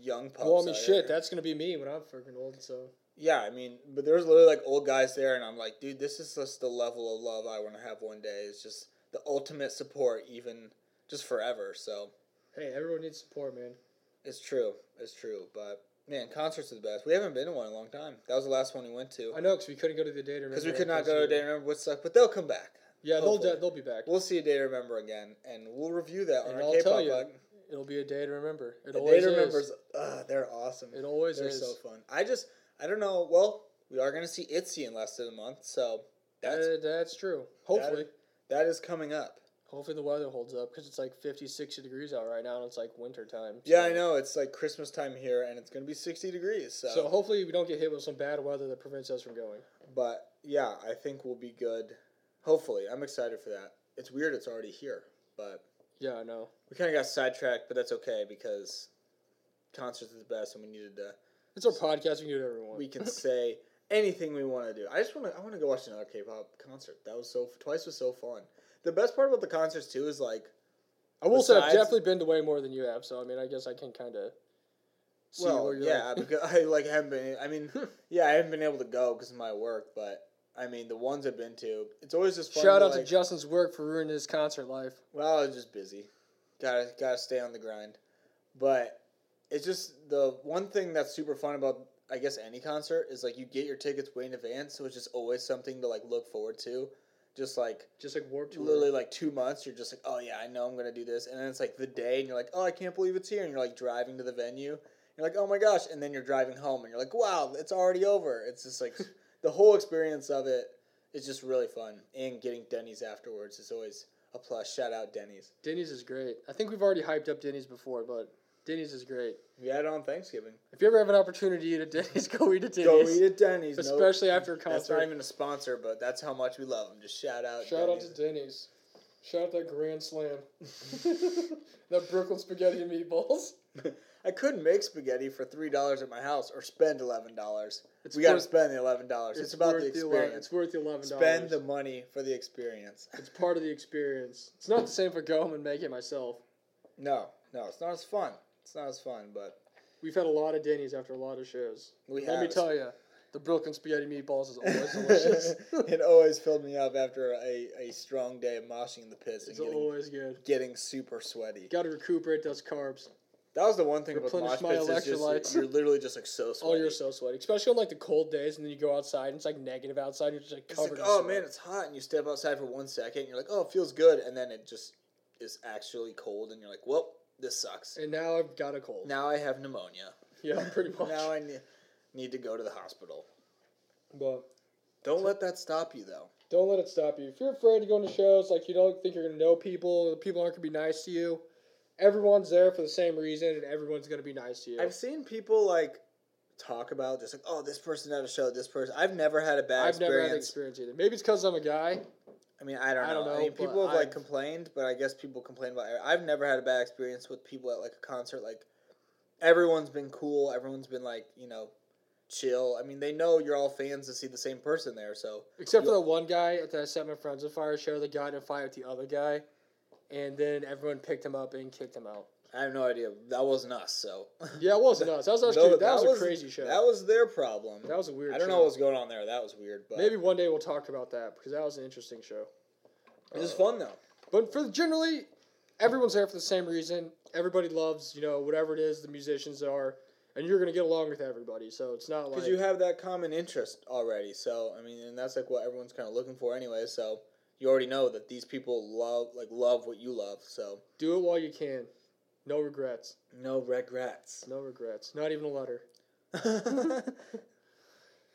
young pups. Well, I mean, out shit, here. that's gonna be me when I'm freaking old. So Yeah, I mean, but there's literally like old guys there, and I'm like, dude, this is just the level of love I want to have one day. It's just the ultimate support, even just forever. So. hey, everyone needs support, man. It's true. It's true. But man, concerts are the best. We haven't been to one in a long time. That was the last one we went to I know because we couldn't go to the day to remember. because we could not this go to a year. Day to Remember, which sucked. But they'll come back. Yeah, they'll Hopefully. de- they'll be back. We'll see a Day to Remember again, and we'll review that on And our I'll K-pop. tell you, blog. It'll be a day to remember. the It Day always to Remember is. they're awesome. It always they're is. so fun. I just I don't know. Well, we are gonna see ITZY in less than a month, so that's That- Uh, that's true. Hopefully, that is coming up. hopefully the weather holds up because it's like 50, 60 degrees out right now, and it's like winter time. Yeah, so- I know it's like Christmas time here, and it's gonna be sixty degrees. So, So hopefully we don't get hit with some bad weather that prevents us from going. but yeah, I think we'll be good. Hopefully, I'm excited for that. It's weird. It's already here, but Yeah, I know. We kind of got sidetracked, but that's okay because concerts are the best, and we needed to. It's our podcast. We can do it everyone. We can say anything we want to do. I just want to. I want to go watch another K-pop concert. That was so. Twice was so fun. The best part about the concerts too is like. I will say I've Besides- definitely been to way more than you have. So I mean, I guess I can kind of. See well, where you're yeah, at. because I like haven't been. I mean, yeah, I haven't been able to go because of my work, but I mean, the ones I've been to, it's always just fun. Shout out like, to Justin's work for ruining his concert life. Well, I was just busy. Gotta gotta stay on the grind. But it's just the one thing that's super fun about I guess any concert is like you get your tickets way in advance, so it's just always something to like look forward to. Just like Just like warped literally like two months, you're just like, oh yeah, I know I'm gonna do this, and then it's like the day, and you're like, oh, I can't believe it's here, and you're like driving to the venue, you're like, oh my gosh, and then you're driving home, and you're like, wow, it's already over. It's just like the whole experience of it is just really fun, and getting Denny's afterwards is always a plus. Shout out Denny's. Denny's is great. I think we've already hyped up Denny's before, but Denny's is great. We had it on Thanksgiving. If you ever have an opportunity to eat at Denny's, go eat at Denny's. Go eat at Denny's, no- Especially after a That's not concert. even a sponsor, but that's how much we love them. Just shout out. Shout out Denny's. to Denny's. Shout out that grand slam. that Brooklyn spaghetti and meatballs. I could make spaghetti for three dollars at my house, or spend eleven dollars. It's We got to worth- spend the eleven dollars. It's, about the ele- experience. it's worth the eleven spend dollars. the money for the experience. It's part of the experience. It's not the same if I go home and make it myself. No, no, it's not as fun. It's not as fun, but We've had a lot of Denny's after a lot of shows. we Let have. me tell you, the Brooklyn spaghetti meatballs is always delicious. it always filled me up after a, a strong day of moshing in the pits and It's getting, always good. getting super sweaty. Got to recuperate those carbs. That was the one thing about mosh Replenish my pits is electrolytes. just, you're literally just like so sweaty. Oh, you're so sweaty, especially on like the cold days, and then you go outside and it's like negative outside. and You're just like It's like, covered. in oh sweat. man, it's hot, and you step outside for one second, and you're like, oh, it feels good, and then it just is actually cold, and you're like, well, this sucks. And now I've got a cold. Now I have pneumonia. Yeah, pretty much. Now I ne- need to go to the hospital. but Don't let that stop you though. Don't let it stop you. If you're afraid to go into shows, like you don't think you're gonna know people, the people aren't gonna be nice to you. Everyone's there for the same reason, and everyone's gonna be nice to you. I've seen people like talk about just like, oh, this person had a show, this person. I've never had a bad I've experience. never had experience either. Maybe it's because I'm a guy. I mean, I don't know. I I, don't know, mean, but people have like I've- complained, but I guess people complain about. I've never had a bad experience with people at like a concert. Like everyone's been cool. Everyone's been like you know, chill. I mean, they know you're all fans to see the same person there. So Except for the one guy that I set my friends on fire show that got in a fight with the other guy, and then everyone picked him up and kicked him out. I have no idea. That wasn't us. So Yeah, it wasn't us. That was us. No, too. That, was, a crazy show. That was their problem. That was a weird I don't show. know what was going on there. That was weird. But Maybe one day we'll talk about that because that was an interesting show. Uh, it was fun though. But for generally, everyone's there for the same reason. Everybody loves, you know, whatever it is the musicians are, and you're gonna get along with everybody. So it's not like Because you have that common interest already. So I mean, and that's like what everyone's kind of looking for anyway. So you already know that these people love like love what you love. So do it while you can. No regrets. no regrets. No regrets. Not even a letter.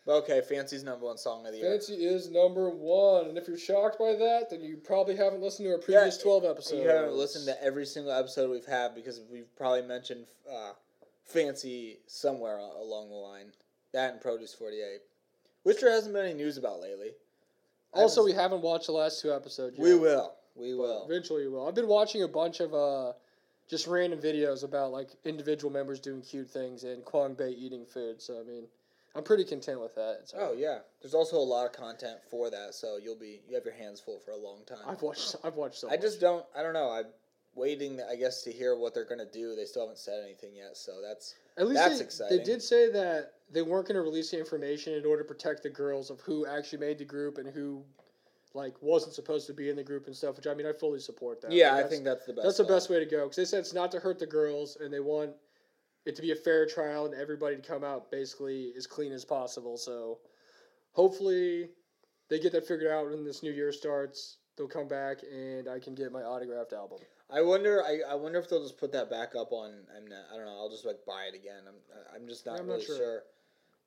okay, Fancy's number one song of the year. Fancy is number one, and if you're shocked by that, then you probably haven't listened to our previous twelve episodes. you haven't listened to every single episode we've had because we've probably mentioned uh, Fancy somewhere a- along the line. That and Produce Forty Eight, which there hasn't been any news about lately. Also, we haven't watched the last two episodes. Yet, We will. We but will. Eventually, you will. I've been watching a bunch of uh, just random videos about like individual members doing cute things and Kwang Bei eating food. So I mean, I'm pretty content with that. It's Oh yeah, there's also a lot of content for that, so you'll be you have your hands full for a long time. I've watched. I've watched so. I just don't. I don't know. I'm waiting, I guess, to hear what they're gonna do. They still haven't said anything yet, so that's At least That's they, exciting. They did say that they weren't going to release the information in order to protect the girls of who actually made the group and who, like, wasn't supposed to be in the group and stuff. Which I mean, I fully support that. yeah. Like, I think that's the best. that's, the plan. best way to go because they said it's not to hurt the girls and they want it to be a fair trial and everybody to come out basically as clean as possible. So hopefully they get that figured out when this new year starts. They'll come back and I can get my autographed album. I wonder. I, I wonder if they'll just put that back up on. I'm not, I don't know. I'll just like buy it again. I'm. I'm just not I'm not really sure. sure.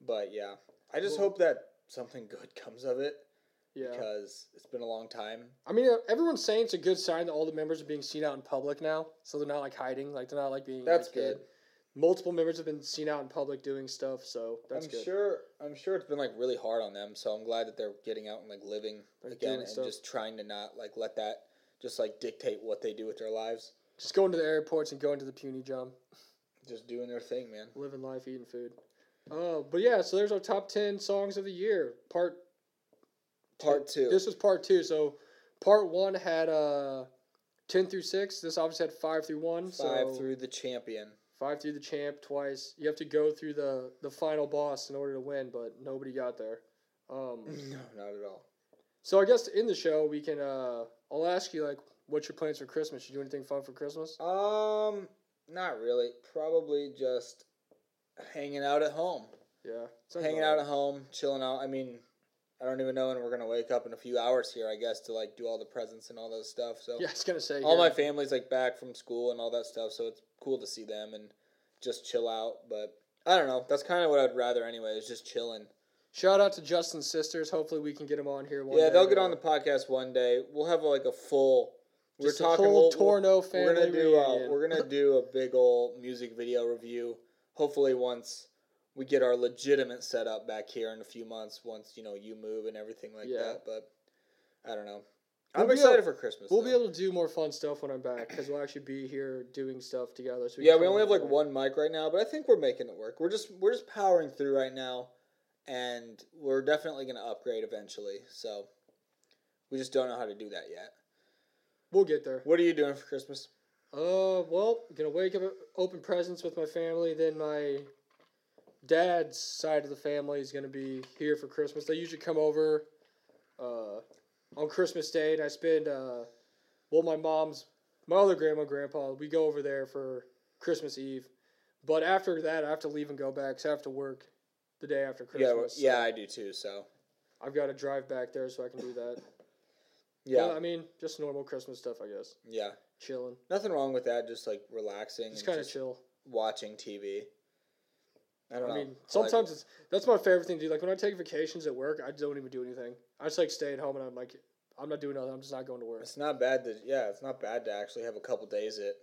But yeah, I just Well- hope that something good comes of it Yeah. because it's been a long time. I mean, uh, everyone's saying it's a good sign that all the members are being seen out in public now, so they're not like hiding, like they're not like being. That's like, good. hid. Multiple members have been seen out in public doing stuff, so that's I'm good. sure. I'm sure it's been like really hard on them. So I'm glad that they're getting out and like living Like, again doing and stuff. just trying to not like let that just like dictate what they do with their lives. Just going to the airports and going to the puny jump, Just doing their thing, man. living life, eating food. Uh, but yeah, so there's our top ten songs of the year. Part Part two. this was part two, so part one had uh ten through six. This obviously had five through one. five so through the champion. five through the champ twice. You have to go through the the final boss in order to win, but nobody got there. Um, No, not at all. So I guess to end the show, we can. Uh, I'll ask you like, what's your plans for Christmas? You do anything fun for Christmas? Um, not really. Probably just hanging out at home. Yeah, hanging out at home, chilling out. I mean, I don't even know when we're gonna wake up in a few hours here. I guess to like do all the presents and all that stuff. So Yeah, I was gonna say. all yeah. my family's like back from school and all that stuff. So it's cool to see them and just chill out. But I don't know. That's kind of what I'd rather anyway. Is just chilling. Shout out to Justin's sisters. Hopefully, we can get them on here. One yeah, day, they'll get but on the podcast one day. We'll have like a full. We're Just a talking full we'll- Torno We're gonna family do a, reunion. we're gonna do a big old music video review. Hopefully, once we get our legitimate setup back here in a few months, once you know you move and everything like Yeah. that. But I don't know. I'm We'll be excited up- for Christmas. We'll be though. able to do more fun stuff when I'm back because we'll actually be here doing stuff together. So yeah, can we come only have like over. one mic right now, but I think we're making it work. We're just we're just powering through right now, and we're definitely gonna upgrade eventually. So we just don't know how to do that yet. We'll get there. What are you doing for Christmas? Uh, well, gonna wake up, open presents with my family. Then my dad's side of the family is gonna be here for Christmas. They usually come over, uh, on Christmas Day, and I spend uh, well, my mom's, my other grandma, and grandpa, we go over there for Christmas Eve. But after that, I have to leave and go back. 'cause I have to work the day after Yeah, Christmas. so yeah, I do too. So I've got to drive back there so I can do that. yeah, But, I mean, just normal Christmas stuff, I guess. yeah, Chilling, nothing wrong with that. Just like relaxing, just and kind of chill. watching TV. I don't I know. mean, I like sometimes it's that's my favorite thing to do. Like when I take vacations at work, I don't even do anything. I just like stay at home and I'm like, I'm not doing nothing. I'm just not going to work. It's not bad to yeah, it's not bad to actually have a couple days it.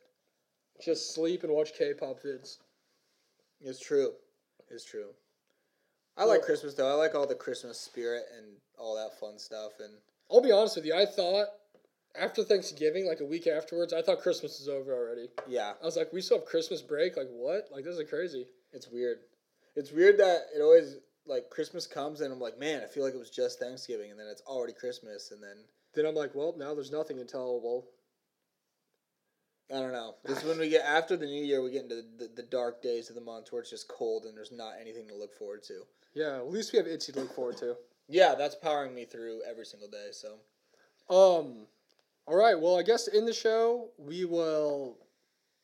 Just sleep and watch K-pop vids. It's true. It's true. I like Well- Christmas though. I like all the Christmas spirit and all that fun stuff and I'll be honest with you. I thought after Thanksgiving, like a week afterwards, I thought Christmas was over already. yeah, I was like, we still have Christmas break. Like what? Like this is crazy. it's weird. It's weird that it always like Christmas comes and I'm like, man, I feel like it was just Thanksgiving and then it's already Christmas and then Then I'm like, well, now there's nothing until well, I don't know. This is when we get after the new year we get into the, the, the dark days of the month where it's just cold and there's not anything to look forward to. yeah. At least we have Itzy to look forward to. Yeah, that's powering me through every single day, so Um, all right. Well, I guess in the show we will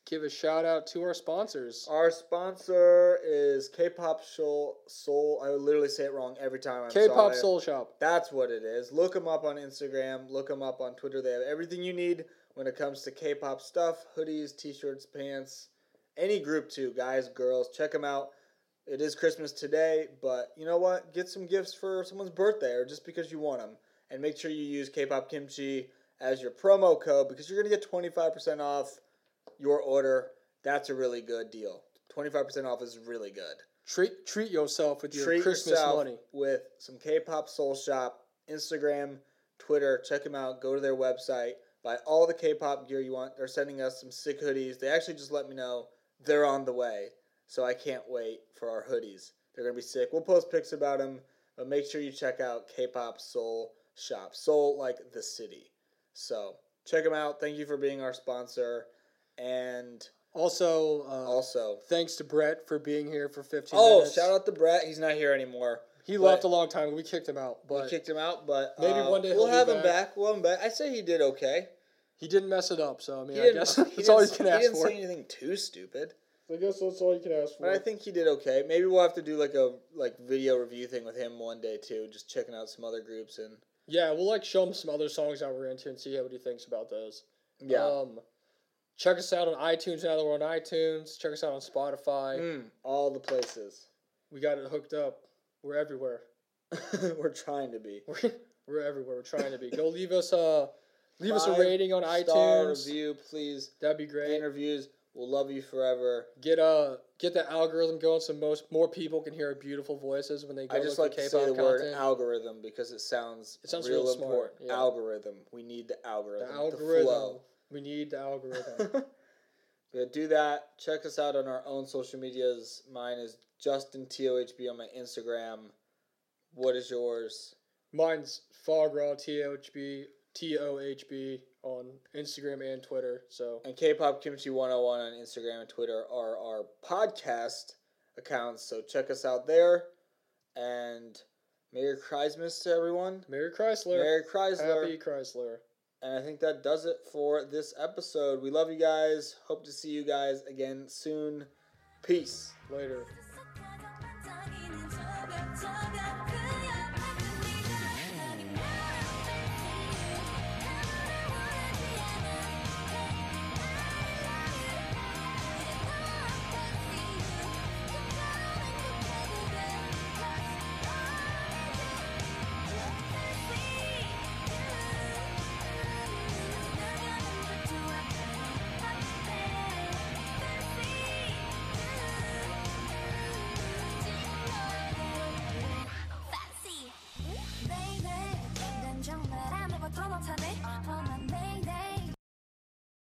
give a shout out to our sponsors. Our sponsor is K-pop Soul. Soul. I would literally say it wrong every time. I'm K-pop sorry. Soul Shop. That's what it is. Look them up on Instagram. Look them up on Twitter. They have everything you need when it comes to K-pop stuff: hoodies, t-shirts, pants, any group too. Guys, girls, check them out. It is Christmas today, but you know what? Get some gifts for someone's birthday or just because you want them, and make sure you use K-pop Kimchi as your promo code because you're gonna get twenty five percent off your order. That's a really good deal. Twenty five percent off is really good Treat treat yourself with your treat Christmas yourself money. with some K-pop Soul Shop, Instagram, Twitter. Check them out. Go to their website. Buy all the K-pop gear you want. They're sending us some sick hoodies. They actually just let me know they're on the way, so I can't wait for our hoodies. They're gonna be sick. We'll post pics about them, but make sure you check out K-pop Soul Shop. Soul like the city. So check them out. Thank you for being our sponsor, and Also, uh, also. thanks to Brett for being here for 15 Oh, minutes. shout out to Brett. He's not here anymore. He But- left a long time. ago. We kicked him out, we but kicked him out, but Maybe uh, one day he'll we'll be have him back. back. We'll have him back. I say he did okay. he didn't mess it up. So I He mean, I didn't, guess he that's all you didn't- can he ask didn't for. say anything too stupid, I guess that's all you can ask but I think he did okay. Maybe we'll have to do like a like video review thing with him one day too, just checking out some other groups and Yeah, we'll like show him some other songs that we're into and see what he thinks about those. yeah. Um, check us out on iTunes now that we're on iTunes. Check us out on Spotify. Mm, all the places We got it hooked up. We're everywhere. we're trying to be. We're, we're everywhere. We're trying to be. Go leave us a leave us a Five rating on Star iTunes. review, please. That'd be great. Interviews. We'll love you forever. Get uh get the algorithm going so most more people can hear our beautiful voices when they go I just look like to for K-pop say the word content. algorithm because it sounds, It sounds real, real smart, important. yeah. Algorithm. We need the algorithm. the The algorithm. flow. We need the algorithm. yeah, do that. Check us out on our own social medias. Mine is Justin TOHB on my Instagram. What is yours? Mine's Fograw THB TOHB on Instagram and Twitter. So And K-pop Kimchi 101 on Instagram and Twitter are our podcast accounts. So check us out there. And Merry Christmas to everyone. Merry Chrysler. Merry Chrysler. Happy Chrysler. And I think that does it for this episode. We love you guys. Hope to see you guys again soon. Peace. Later. 서커덕 반짝이는 저벽 저벽